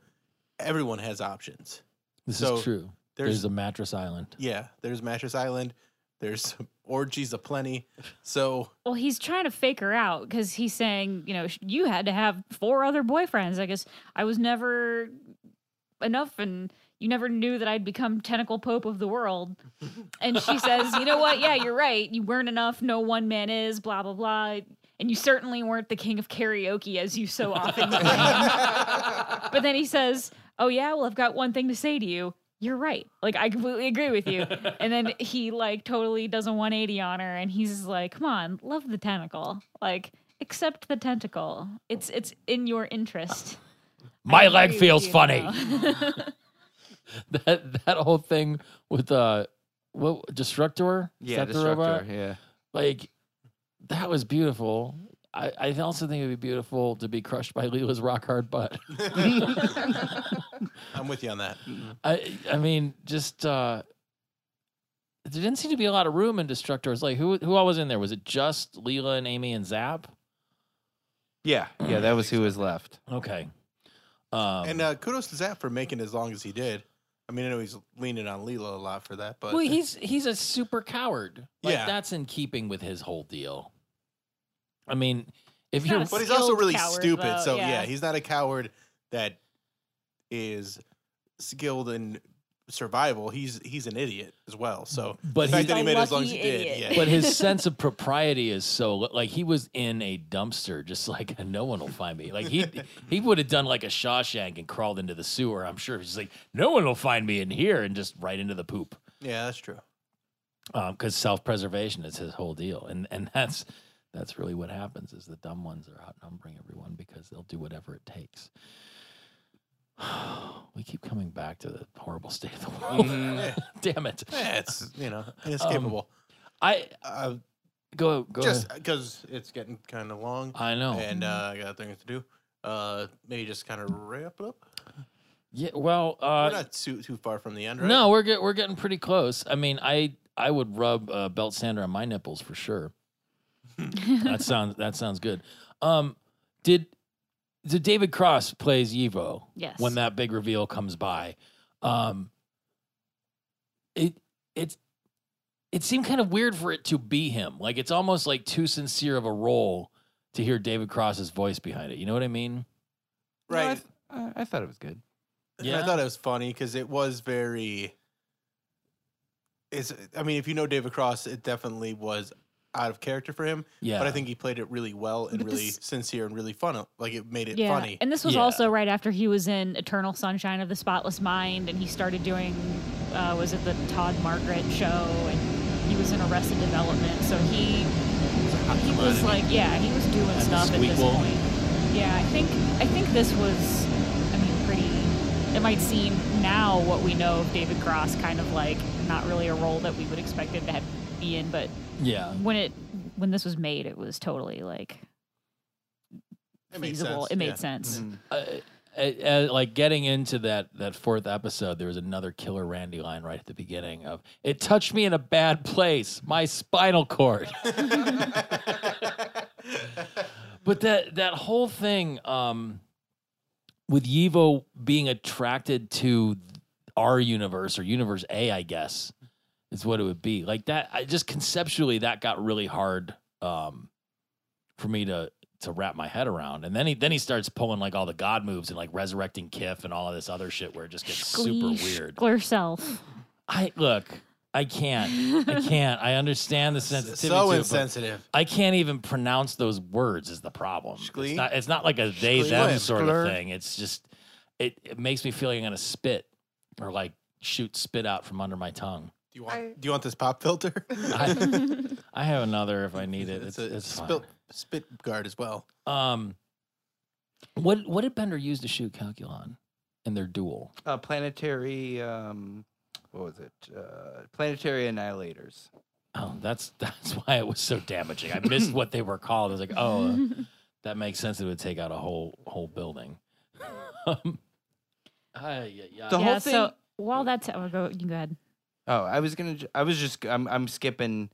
[SPEAKER 3] everyone has options.
[SPEAKER 2] this
[SPEAKER 3] so
[SPEAKER 2] is true. There's,
[SPEAKER 3] There's,
[SPEAKER 2] a mattress island.
[SPEAKER 3] yeah, there's Mattress Island, there's orgies aplenty. So
[SPEAKER 4] Well, he's trying to fake her out because he's saying, you know, sh- you had to have four other boyfriends. I guess I was never enough, and you never knew that I'd become tentacle pope of the world. And she says, you know what? Yeah, you're right. You weren't enough. No one man is. Blah blah blah. And you certainly weren't the king of karaoke, as you so often claim. but then he says, "Oh yeah, well I've got one thing to say to you. You're right. Like I completely agree with you." and then he like totally does a 180 on her, and he's just like, "Come on, love the tentacle. Like accept the tentacle. It's it's in your interest."
[SPEAKER 2] My
[SPEAKER 4] I
[SPEAKER 2] leg
[SPEAKER 4] agree with
[SPEAKER 2] feels
[SPEAKER 4] you,
[SPEAKER 2] funny.
[SPEAKER 4] though.
[SPEAKER 2] that that whole thing with uh what destructor? Is
[SPEAKER 1] yeah,
[SPEAKER 2] that the robot?
[SPEAKER 1] destructor. Yeah.
[SPEAKER 2] Like that was beautiful. I, I also think it would be beautiful to be crushed by Leela's rock hard butt.
[SPEAKER 3] I'm with you on that.
[SPEAKER 2] I I mean, just uh there didn't seem to be a lot of room in Destructors. Like who who all was in there? Was it just Leela and Amy and Zap?
[SPEAKER 1] Yeah, yeah, that was who was left.
[SPEAKER 2] Okay. Um,
[SPEAKER 3] and uh, kudos to Zap for making it as long as he did. I mean, I know he's leaning on Lila a lot for that, but
[SPEAKER 2] well, he's he's a super coward. Like,
[SPEAKER 3] Yeah.
[SPEAKER 2] that's in keeping with his whole deal. I mean, if
[SPEAKER 4] It's
[SPEAKER 2] you're
[SPEAKER 4] not
[SPEAKER 3] but he's also
[SPEAKER 4] skilled
[SPEAKER 3] really
[SPEAKER 4] coward,
[SPEAKER 3] stupid.
[SPEAKER 4] though,
[SPEAKER 3] so yeah.
[SPEAKER 4] yeah.
[SPEAKER 3] he's not a coward that is skilled in survival. He's he's an idiot as well. So
[SPEAKER 2] But
[SPEAKER 3] the fact
[SPEAKER 2] he's-
[SPEAKER 3] that he
[SPEAKER 4] A
[SPEAKER 3] made it as long as he
[SPEAKER 4] lucky
[SPEAKER 3] did,
[SPEAKER 4] idiot.
[SPEAKER 3] yeah.
[SPEAKER 2] but his sense of propriety is so like he was in a dumpster just like no one will find me like he he would have done like a shawshank and crawled into the sewer i'm sure he's like no one will find me in here and just right into the poop
[SPEAKER 3] yeah, that's true.
[SPEAKER 2] because um, self-preservation is his whole deal and and that's that's really what happens is the dumb ones are outnumbering everyone because they'll do whatever it takes we keep coming back to the horrible state of the
[SPEAKER 1] Oh.
[SPEAKER 2] world
[SPEAKER 3] Mm-hmm.
[SPEAKER 1] Mm-hmm.
[SPEAKER 2] damn it
[SPEAKER 3] Yeah, it's you know inescapable.
[SPEAKER 2] i
[SPEAKER 3] Eh. uh,
[SPEAKER 2] Um, go go
[SPEAKER 3] just
[SPEAKER 2] ahead. Oh.
[SPEAKER 3] because it's getting kind of long,
[SPEAKER 2] i know
[SPEAKER 3] and uh, I got things to do. Uh, maybe just kind of wrap it up.
[SPEAKER 2] yeah well
[SPEAKER 3] We're
[SPEAKER 2] uh
[SPEAKER 3] not too too far from the end, right?
[SPEAKER 2] No, we're get, we're getting pretty close. I mean, I I would rub uh, belt sander on my nipples for sure. that sounds that sounds good. Um, did so David Cross plays Evo
[SPEAKER 4] yes.
[SPEAKER 2] when that big reveal comes by. Um, it it's it seemed kind of weird for it to be him. Like it's almost like too sincere of a role to hear David Cross's voice behind it. You know what I mean?
[SPEAKER 1] No, I
[SPEAKER 3] right?
[SPEAKER 1] th- I, I thought it was good.
[SPEAKER 3] Yeah. I
[SPEAKER 2] Yeah.
[SPEAKER 3] thought it was funny because it was very. It's. I mean, if you know David Cross, it definitely was out of character for him. But
[SPEAKER 2] Yeah.
[SPEAKER 3] I think he played it really well and
[SPEAKER 4] But
[SPEAKER 3] really
[SPEAKER 4] this-
[SPEAKER 3] sincere and really fun. Like it made it
[SPEAKER 4] yeah.
[SPEAKER 3] funny.
[SPEAKER 4] And this was
[SPEAKER 2] Yeah.
[SPEAKER 4] also right after he was in Eternal Sunshine of the Spotless Mind, and he started doing, uh, was it the Todd Margaret show, and he was in Arrested Development, so he he was like, yeah, he was doing
[SPEAKER 2] And the
[SPEAKER 4] stuff at this
[SPEAKER 2] squeakquel.
[SPEAKER 4] point. Yeah, I think I think this was, I mean, pretty. It might seem now what we know of David Cross, kind of like not really a role that we would expect him to have, be in, but
[SPEAKER 2] yeah.
[SPEAKER 4] when it when this was made, it was totally like
[SPEAKER 3] It made
[SPEAKER 4] feasible.
[SPEAKER 3] sense,
[SPEAKER 4] It made
[SPEAKER 3] yeah.
[SPEAKER 4] sense.
[SPEAKER 2] uh, uh, uh, like getting into that that fourth episode, there was another killer Randy line right at the beginning of "It touched me in a bad place, my spinal cord."
[SPEAKER 3] Mm-hmm.
[SPEAKER 2] but that that whole thing um, with Yivo being attracted to our universe or Universe A, I guess, is what it would be. Like that, I just conceptually that got really hard um, for me to to wrap my head around. And then he then he starts pulling like all the god moves and like resurrecting Kif and all of this other shit where it just gets super
[SPEAKER 4] Squeeze
[SPEAKER 2] weird.
[SPEAKER 4] Yourself.
[SPEAKER 2] I look, I can't. I can't. I understand the sensitivity.
[SPEAKER 3] so
[SPEAKER 2] to it, but
[SPEAKER 3] insensitive.
[SPEAKER 2] I can't even pronounce those words is the problem.
[SPEAKER 3] Shklee?
[SPEAKER 2] It's not it's not like a they
[SPEAKER 3] Shklee?
[SPEAKER 2] them
[SPEAKER 3] What?
[SPEAKER 2] sort
[SPEAKER 3] Sklur?
[SPEAKER 2] of thing. It's just it, it makes me feel like I'm gonna spit or like shoot spit out from under my tongue.
[SPEAKER 3] Do you want?
[SPEAKER 5] I-
[SPEAKER 3] do you want this pop filter?
[SPEAKER 2] I, I have another if I need it. It's, it's, fine.
[SPEAKER 3] spit, spit guard as well.
[SPEAKER 2] Um, what what did Bender use to shoot Calculon in their duel?
[SPEAKER 1] Uh, planetary, um, what was it? Uh, planetary annihilators.
[SPEAKER 2] Oh, that's that's why it was so damaging. I missed what they were called. I was like, oh, uh, that makes sense. It would take out a whole whole building. um, ay, ay, ay.
[SPEAKER 1] The
[SPEAKER 4] yeah.
[SPEAKER 1] whole thing.
[SPEAKER 4] So while that's oh, go you go ahead.
[SPEAKER 1] oh, I was gonna. ju- I was just. I'm. I'm skipping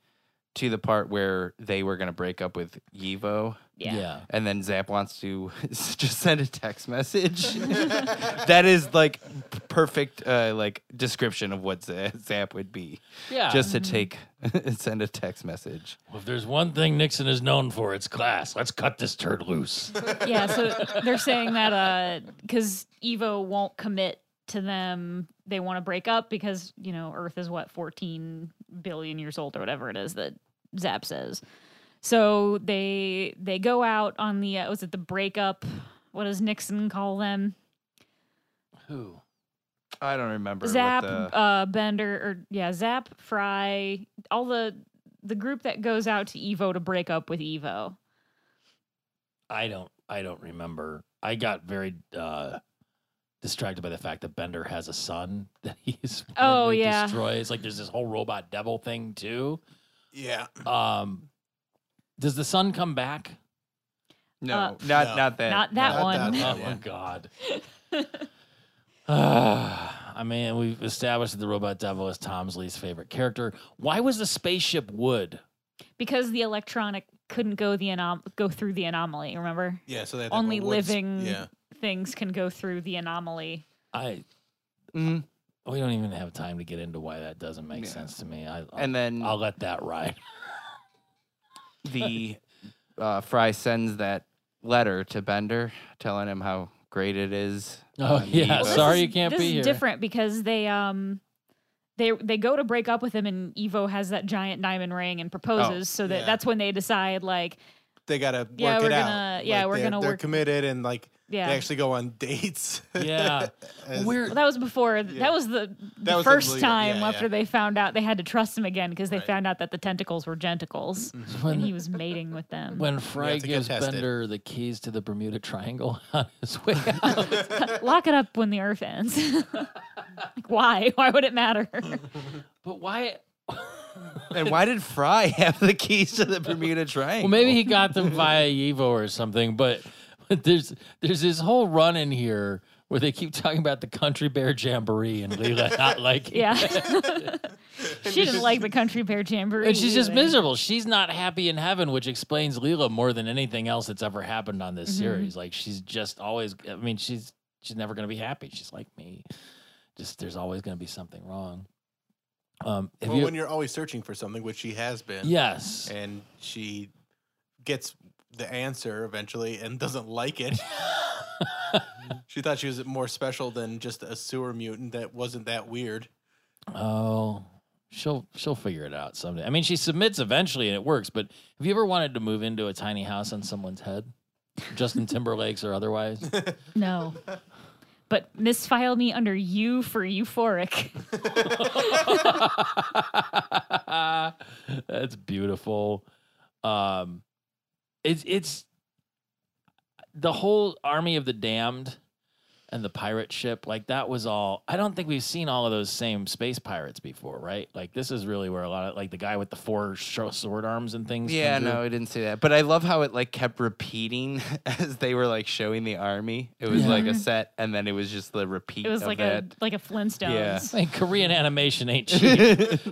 [SPEAKER 1] to the part where they were gonna break up with Yivo.
[SPEAKER 4] Yeah.
[SPEAKER 1] and then Zap wants to just send a text message. that is like p- perfect, uh, like description of what Za- Zap would be.
[SPEAKER 2] Yeah.
[SPEAKER 1] Just
[SPEAKER 4] Mm-hmm.
[SPEAKER 1] to take and send a text message.
[SPEAKER 2] Well, if there's one thing Nixon is known for, it's class. Let's cut this turd loose.
[SPEAKER 4] yeah, so they're saying that because Evo won't commit to them, they want to break up because you know Earth is what 14 billion years old or whatever it is that Zap says. So they they go out on the uh, was it the breakup? What does Nixon call them?
[SPEAKER 2] Who?
[SPEAKER 1] I don't remember. what
[SPEAKER 4] Zap,
[SPEAKER 1] the-
[SPEAKER 4] uh, Bender, or yeah, Zap, Fry, all the the group that goes out to Evo to break up with Evo.
[SPEAKER 2] I don't. I don't remember. I got very uh, distracted by the fact that Bender has a son that he's
[SPEAKER 4] Oh,
[SPEAKER 2] willingly
[SPEAKER 4] yeah.
[SPEAKER 2] destroys. Like there's this whole robot devil thing too.
[SPEAKER 3] Yeah.
[SPEAKER 2] Um, does the son come back?
[SPEAKER 1] no,
[SPEAKER 4] uh,
[SPEAKER 1] not
[SPEAKER 3] No.
[SPEAKER 1] not that.
[SPEAKER 4] Not that
[SPEAKER 3] Eh, Not
[SPEAKER 4] one.
[SPEAKER 3] that
[SPEAKER 2] Oh
[SPEAKER 3] Yeah.
[SPEAKER 2] my god. Ah, I mean, we've established that the robot devil is Tom's least favorite character. Why was the spaceship wood?
[SPEAKER 4] because the electronic couldn't go the anom- go through the anomaly. Remember,
[SPEAKER 3] Yeah. So they had that
[SPEAKER 4] only
[SPEAKER 3] little wood sp-
[SPEAKER 4] living
[SPEAKER 3] Yeah.
[SPEAKER 4] things can go through the anomaly.
[SPEAKER 2] I
[SPEAKER 1] Mhm.
[SPEAKER 2] we don't even have time to get into why that doesn't make
[SPEAKER 1] Yeah.
[SPEAKER 2] sense to me. I I'll,
[SPEAKER 1] And then
[SPEAKER 2] I'll let that ride.
[SPEAKER 1] the uh, Fry sends that letter to Bender telling him how great it is.
[SPEAKER 2] Oh,
[SPEAKER 1] on
[SPEAKER 2] yeah,
[SPEAKER 1] Evo.
[SPEAKER 4] this
[SPEAKER 2] sorry
[SPEAKER 4] is-
[SPEAKER 2] you can't
[SPEAKER 4] this
[SPEAKER 2] be
[SPEAKER 4] is
[SPEAKER 2] here.
[SPEAKER 4] Different because they um they they go to break up with him, and Evo has that giant diamond ring and proposes. so that
[SPEAKER 3] Oh, yeah.
[SPEAKER 4] that's when they decide like
[SPEAKER 3] They gotta work
[SPEAKER 4] Yeah,
[SPEAKER 3] it
[SPEAKER 4] we're
[SPEAKER 3] out.
[SPEAKER 4] gonna- yeah, we're
[SPEAKER 3] they're-
[SPEAKER 4] gonna
[SPEAKER 3] They're
[SPEAKER 4] work-
[SPEAKER 3] committed and like
[SPEAKER 4] yeah.
[SPEAKER 3] they actually go on dates.
[SPEAKER 2] Yeah.
[SPEAKER 3] As-
[SPEAKER 2] We're
[SPEAKER 4] well, that was before. th-
[SPEAKER 3] Yeah.
[SPEAKER 4] That was the, the
[SPEAKER 3] That was the
[SPEAKER 4] first
[SPEAKER 3] leader,
[SPEAKER 4] time
[SPEAKER 3] yeah,
[SPEAKER 4] after
[SPEAKER 3] yeah.
[SPEAKER 4] they found out they had to trust him again because they
[SPEAKER 3] Right. Mm-hmm.
[SPEAKER 4] found out that the tentacles were genticles and he
[SPEAKER 2] when,
[SPEAKER 4] was mating with them.
[SPEAKER 2] when Fry
[SPEAKER 3] have to get
[SPEAKER 2] gives
[SPEAKER 3] tested.
[SPEAKER 2] Bender the keys to the Bermuda Triangle on his way out.
[SPEAKER 4] Lock it up when the earth ends. like, why? Why would it matter?
[SPEAKER 2] but why
[SPEAKER 1] And why did Fry have the keys to the Bermuda Triangle?
[SPEAKER 2] Well, maybe he got them via Evo or something, but, but there's there's this whole run in here where they keep talking about the Country Bear Jamboree and Leela not liking
[SPEAKER 4] yeah.
[SPEAKER 2] it.
[SPEAKER 4] she didn't like the country bear jamboree.
[SPEAKER 2] And she's just
[SPEAKER 4] either.
[SPEAKER 2] miserable. She's not happy in heaven, which explains Leela more than anything else that's ever happened on this
[SPEAKER 4] Mhm.
[SPEAKER 2] series. Like she's just always I mean, she's she's never gonna be happy. She's like me. Just there's always gonna be something wrong. Um have
[SPEAKER 3] well,
[SPEAKER 2] you-
[SPEAKER 3] when you're always searching for something, which she has been.
[SPEAKER 2] Yes.
[SPEAKER 3] And she gets the answer eventually and doesn't like it. she thought she was more special than just a sewer mutant that wasn't that weird.
[SPEAKER 2] Oh. she'll she'll figure it out someday. I mean, she submits eventually and it works. But have you ever wanted to move into a tiny house on someone's head, Justin Timberlake's or otherwise?
[SPEAKER 4] No. But misfile me under U for euphoric.
[SPEAKER 2] That's beautiful. Um, it's it's the whole army of the damned and the pirate ship. Like that was all. I don't think we've seen all of those same space pirates before, right? Like this is really where a lot of like the guy with the four short sword arms and things.
[SPEAKER 1] Yeah,
[SPEAKER 2] come through.
[SPEAKER 1] no, I didn't see that. But I love how it like kept repeating as they were like showing the army. It was
[SPEAKER 2] Yeah.
[SPEAKER 1] like a set, and then it was just the repeat.
[SPEAKER 4] It was
[SPEAKER 1] of
[SPEAKER 4] like
[SPEAKER 1] that.
[SPEAKER 4] a like a Flintstones.
[SPEAKER 2] I mean, Korean animation ain't cheap.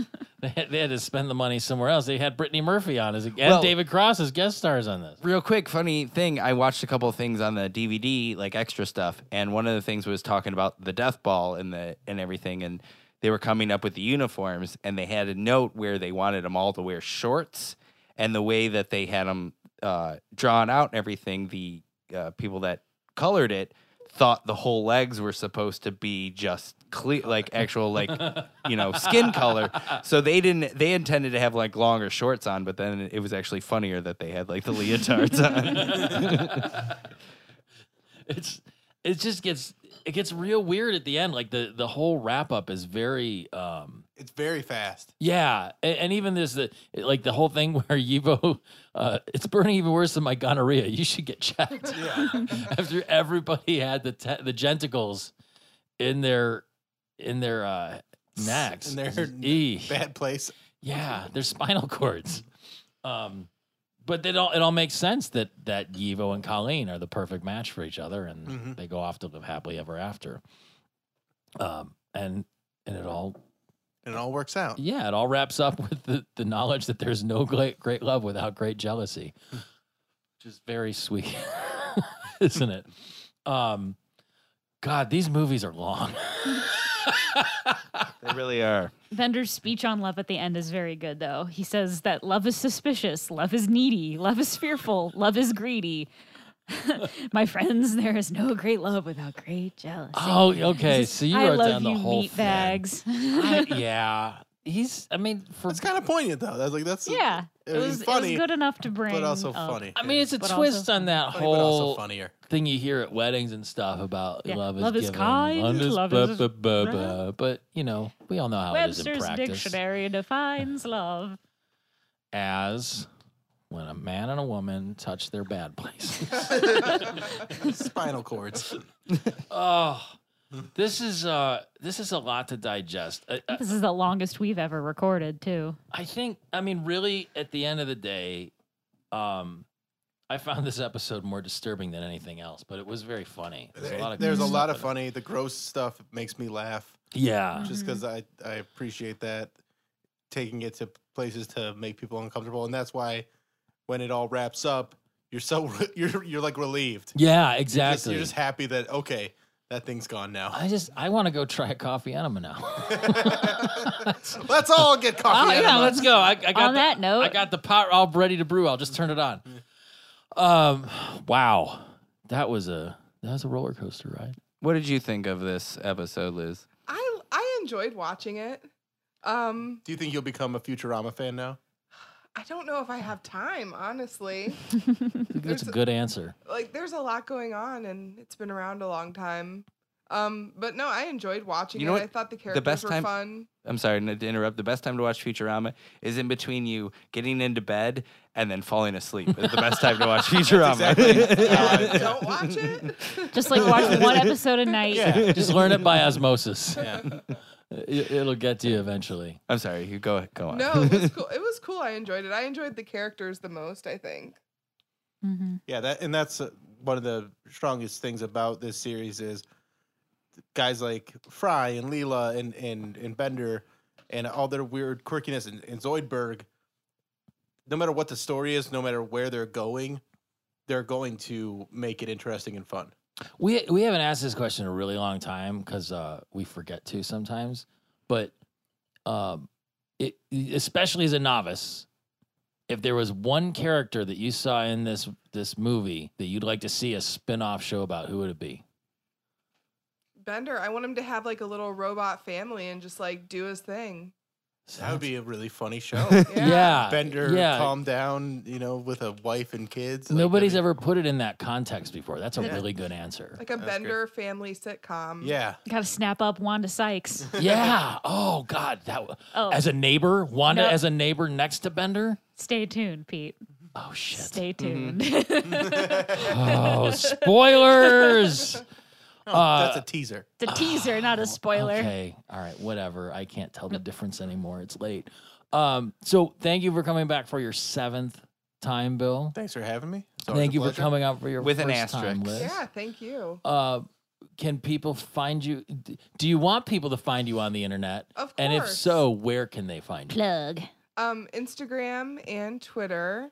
[SPEAKER 2] they, had, they had to spend the money somewhere else. They had Brittany Murphy on as and
[SPEAKER 1] Well-
[SPEAKER 2] David Cross as guest stars on this.
[SPEAKER 1] Real quick, funny thing. I watched a couple of things on the DVD, like extra stuff, and one of the things was talking about the death ball and the and everything, and they were coming up with the uniforms, and they had a note where they wanted them all to wear shorts, and the way that they had them uh, drawn out and everything, the uh, people that colored it thought the whole legs were supposed to be just clear, like actual like you know skin color. So they didn't. They intended to have like longer shorts on, but then it was actually funnier that they had like the leotards on.
[SPEAKER 2] It's it just gets it gets real weird at the end. Like the the whole wrap up is very um
[SPEAKER 3] It's very fast.
[SPEAKER 2] yeah, a- and, even this the like the whole thing where Yivo uh it's burning even worse than my gonorrhea. You should get checked.
[SPEAKER 3] Yeah.
[SPEAKER 2] After everybody had the te- the genticles in their in their uh necks.
[SPEAKER 3] In their
[SPEAKER 2] Eeh.
[SPEAKER 3] Bad place.
[SPEAKER 2] Yeah, they're spinal cords. Um, but it all it all makes sense that that Yivo and Colleen are the perfect match for each other, and
[SPEAKER 3] Mhm.
[SPEAKER 2] they go off to live happily ever after. Um, and and it all
[SPEAKER 3] And it all works out.
[SPEAKER 2] yeah, it all wraps up with the, the knowledge that there's no great great love without great jealousy, which is very sweet, isn't it? Um, God, these movies are long.
[SPEAKER 1] they really are.
[SPEAKER 4] Bender's speech on love at the end is very good, though. He says that love is suspicious, love is needy, love is fearful, love is greedy. My friends, there is no great love without great jealousy.
[SPEAKER 2] oh, okay. So you
[SPEAKER 4] I
[SPEAKER 2] wrote
[SPEAKER 4] love
[SPEAKER 2] down the
[SPEAKER 4] you,
[SPEAKER 2] whole
[SPEAKER 4] meat
[SPEAKER 2] thing.
[SPEAKER 4] bags.
[SPEAKER 2] I- yeah. He's, I mean, for,
[SPEAKER 3] It's kind of poignant though. That's like that's
[SPEAKER 4] yeah,
[SPEAKER 3] It was,
[SPEAKER 4] it
[SPEAKER 3] funny,
[SPEAKER 4] was good enough to bring,
[SPEAKER 3] but also
[SPEAKER 4] up.
[SPEAKER 3] funny.
[SPEAKER 2] I mean, it's a
[SPEAKER 4] But
[SPEAKER 2] twist
[SPEAKER 4] also
[SPEAKER 2] on that
[SPEAKER 3] funny, but also
[SPEAKER 2] whole
[SPEAKER 3] funnier.
[SPEAKER 2] thing you hear at weddings and stuff about
[SPEAKER 4] Yeah,
[SPEAKER 2] love is
[SPEAKER 4] love is
[SPEAKER 2] giving,
[SPEAKER 4] kind, love
[SPEAKER 2] blah,
[SPEAKER 4] is
[SPEAKER 2] blah, blah,
[SPEAKER 4] right.
[SPEAKER 2] blah. But you know, we all know how it is in
[SPEAKER 4] Webster's
[SPEAKER 2] practice.
[SPEAKER 4] dictionary defines love.
[SPEAKER 2] As when a man and a woman touch their bad places.
[SPEAKER 3] Spinal cords.
[SPEAKER 2] oh, this is uh, this is a lot to digest. Uh, I- I-
[SPEAKER 4] This is the longest we've ever recorded, too.
[SPEAKER 2] I think I mean really at the end of the day, um I found this episode more disturbing than anything else, but it was very funny. There's a lot of
[SPEAKER 3] There's
[SPEAKER 2] good
[SPEAKER 3] a
[SPEAKER 2] stuff
[SPEAKER 3] lot
[SPEAKER 2] in
[SPEAKER 3] of
[SPEAKER 2] it.
[SPEAKER 3] funny. The gross stuff makes me laugh
[SPEAKER 2] Yeah.
[SPEAKER 3] just because I I appreciate that taking it to places to make people uncomfortable, and that's why when it all wraps up, you're so you're you're like relieved.
[SPEAKER 2] Yeah,
[SPEAKER 3] You're
[SPEAKER 2] exactly.
[SPEAKER 3] just- you're just happy that okay, that thing's gone now.
[SPEAKER 2] I just I want to go try a coffee enema now.
[SPEAKER 3] Let's all get
[SPEAKER 2] Oh,
[SPEAKER 3] coffee.
[SPEAKER 2] yeah, let's go. I, I got
[SPEAKER 4] On
[SPEAKER 2] the-
[SPEAKER 4] that note-
[SPEAKER 2] I got the pot all ready to brew. I'll just turn it on. Um, wow, that was a that was a roller coaster ride.
[SPEAKER 1] What did you think of this episode, Liz?
[SPEAKER 5] I I enjoyed watching it. Um,
[SPEAKER 3] Do you think you'll become a Futurama fan now?
[SPEAKER 5] I don't know if I have time, honestly.
[SPEAKER 2] I think That's a
[SPEAKER 5] There's-
[SPEAKER 2] good answer.
[SPEAKER 5] like there's a lot going on and it's been around a long time. Um, but no, I enjoyed watching
[SPEAKER 1] You know
[SPEAKER 5] it. I
[SPEAKER 1] what?
[SPEAKER 5] thought the characters
[SPEAKER 1] best
[SPEAKER 5] were
[SPEAKER 1] time-
[SPEAKER 5] fun.
[SPEAKER 1] I'm sorry n- to interrupt. The best time to watch Futurama is in between you getting into bed and then falling asleep. Is the best time to watch Futurama.
[SPEAKER 3] Exactly.
[SPEAKER 5] Uh, don't watch it.
[SPEAKER 4] Just like watch one episode a night.
[SPEAKER 3] yeah.
[SPEAKER 2] Just learn it by osmosis.
[SPEAKER 3] yeah.
[SPEAKER 2] It, will get to you eventually.
[SPEAKER 1] I'm sorry. You go go on.
[SPEAKER 5] no, it was cool. It was cool. I enjoyed it. I enjoyed the characters the most, I think.
[SPEAKER 4] Mhm.
[SPEAKER 3] Yeah, that and that's uh, one of the strongest things about this series is guys like Fry and Leela and and and Bender and all their weird quirkiness and, and Zoidberg. No matter what the story is, no matter where they're going, they're going to make it interesting and fun.
[SPEAKER 2] We we haven't asked this question in a really long time because uh, we forget to sometimes. But um, it, especially as a novice, if there was one character that you saw in this this movie that you'd like to see a spin off show about, who would it be?
[SPEAKER 5] Bender. I want him to have like a little robot family and just like do his thing.
[SPEAKER 3] That would be a really funny show.
[SPEAKER 2] yeah.
[SPEAKER 3] Bender
[SPEAKER 2] Yeah.
[SPEAKER 3] calm down, you know, with a wife and kids. like,
[SPEAKER 2] Nobody's
[SPEAKER 3] that'd
[SPEAKER 2] ever put it in that context before. That's a
[SPEAKER 5] Yeah.
[SPEAKER 2] really good answer.
[SPEAKER 5] Like a
[SPEAKER 3] That's
[SPEAKER 5] Bender family sitcom.
[SPEAKER 3] be- Yeah.
[SPEAKER 4] Got to snap up Wanda Sykes.
[SPEAKER 2] yeah. Oh God, that w-
[SPEAKER 4] Oh.
[SPEAKER 2] as a neighbor, Wanda
[SPEAKER 4] No.
[SPEAKER 2] as a neighbor next to Bender.
[SPEAKER 4] Stay tuned, Pete.
[SPEAKER 2] Oh shit. Mm-hmm.
[SPEAKER 4] Stay tuned.
[SPEAKER 2] Oh, spoilers. Uh,
[SPEAKER 3] That's a teaser.
[SPEAKER 4] it's a teaser, not a spoiler.
[SPEAKER 2] Oh, Okay. All right. Whatever. I can't tell the difference anymore. It's late. Um, so thank you for coming back for your seventh time, Bill.
[SPEAKER 3] Thanks for having me. It's always
[SPEAKER 2] Thank
[SPEAKER 3] a
[SPEAKER 2] you for
[SPEAKER 3] pleasure.
[SPEAKER 2] coming out for your
[SPEAKER 1] With an
[SPEAKER 2] first time,
[SPEAKER 1] asterisk.
[SPEAKER 2] Liz.
[SPEAKER 5] Yeah. Thank you.
[SPEAKER 2] Uh, can people find you? d- Do you want people to find you on the internet?
[SPEAKER 5] Of
[SPEAKER 2] And if
[SPEAKER 5] course.
[SPEAKER 2] so, where can they find you?
[SPEAKER 4] Plug.
[SPEAKER 5] Um, Instagram and Twitter.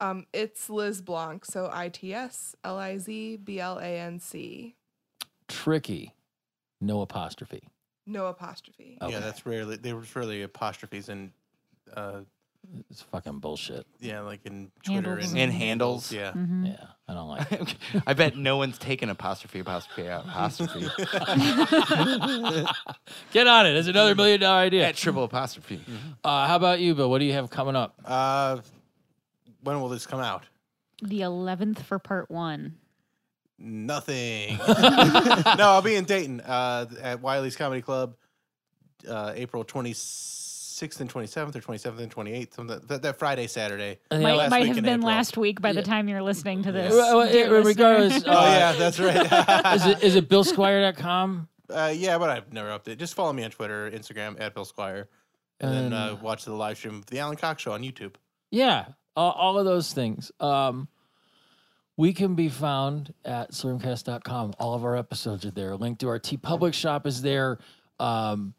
[SPEAKER 5] Um, it's Liz Blanc. So I T S L I Z B L A N C.
[SPEAKER 2] Tricky. No apostrophe.
[SPEAKER 5] No apostrophe.
[SPEAKER 2] Okay.
[SPEAKER 3] Yeah, that's rarely there was rarely apostrophes in uh
[SPEAKER 2] It's fucking bullshit.
[SPEAKER 3] yeah, like in Twitter
[SPEAKER 4] Handles
[SPEAKER 3] and,
[SPEAKER 1] and handles.
[SPEAKER 3] Yeah.
[SPEAKER 4] Mhm.
[SPEAKER 2] Yeah. I don't like it.
[SPEAKER 1] I bet no one's taken apostrophe apostrophe apostrophe
[SPEAKER 2] Get on it. It's another million dollar idea.
[SPEAKER 1] at triple apostrophe.
[SPEAKER 5] Mm-hmm.
[SPEAKER 2] Uh, how about you, Bill? What do you have coming up?
[SPEAKER 3] Uh when will this come out?
[SPEAKER 4] The 11th for part one.
[SPEAKER 3] Nothing. no, I'll be in Dayton uh, at Wiley's Comedy Club, uh, April twenty sixth and twenty seventh, or twenty seventh and twenty eighth. That, that Friday, Saturday.
[SPEAKER 2] I think
[SPEAKER 4] might
[SPEAKER 2] I'll-
[SPEAKER 3] last
[SPEAKER 4] might
[SPEAKER 3] week
[SPEAKER 4] have
[SPEAKER 3] in
[SPEAKER 4] been
[SPEAKER 3] April.
[SPEAKER 4] last week by the
[SPEAKER 2] Yeah.
[SPEAKER 4] time you're listening to this.
[SPEAKER 2] Well, well,
[SPEAKER 4] dear
[SPEAKER 2] it- regardless,
[SPEAKER 4] listener.
[SPEAKER 2] uh,
[SPEAKER 3] oh yeah, that's right.
[SPEAKER 2] is it is it BillSquire.com?
[SPEAKER 3] uh, yeah, but I've never updated. Just follow me on Twitter, Instagram at Bill Squire, and then
[SPEAKER 2] Um,
[SPEAKER 3] uh, watch the live stream of the Alan Cox Show on YouTube.
[SPEAKER 2] Yeah, all, all of those things. Um, we can be found at slurmcast.com. All of our episodes are there. A link to our T Public shop is there. Um,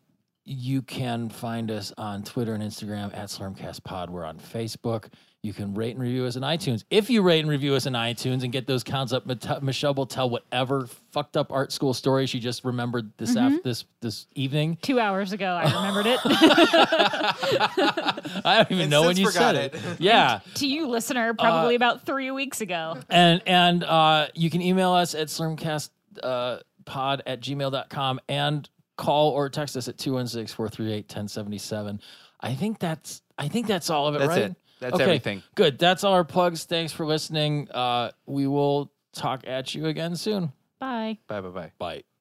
[SPEAKER 2] you can find us on Twitter and Instagram at slurmcastpod. We're on Facebook. You can rate and review us in iTunes. If you rate and review us in iTunes and get those counts up, Mate- Michelle will tell whatever fucked up art school story she just remembered this
[SPEAKER 3] Mm-hmm.
[SPEAKER 2] af- this this evening.
[SPEAKER 4] Two hours ago, I remembered it.
[SPEAKER 2] I don't even
[SPEAKER 3] And
[SPEAKER 2] know when
[SPEAKER 3] since
[SPEAKER 2] you said it.
[SPEAKER 3] forgot it.
[SPEAKER 2] Yeah.
[SPEAKER 4] to you, listener,
[SPEAKER 2] Uh,
[SPEAKER 4] probably about three weeks ago.
[SPEAKER 2] and and uh, you can email us at slurmcastpod uh, pod at gmail.com and call or text us at 216-438-1077 i think that's i think that's all of it
[SPEAKER 1] That's
[SPEAKER 2] right
[SPEAKER 1] it. That's everything.
[SPEAKER 2] good that's all our plugs thanks for listening uh, we will talk at you again soon
[SPEAKER 4] Bye.
[SPEAKER 1] Bye bye bye.
[SPEAKER 2] bye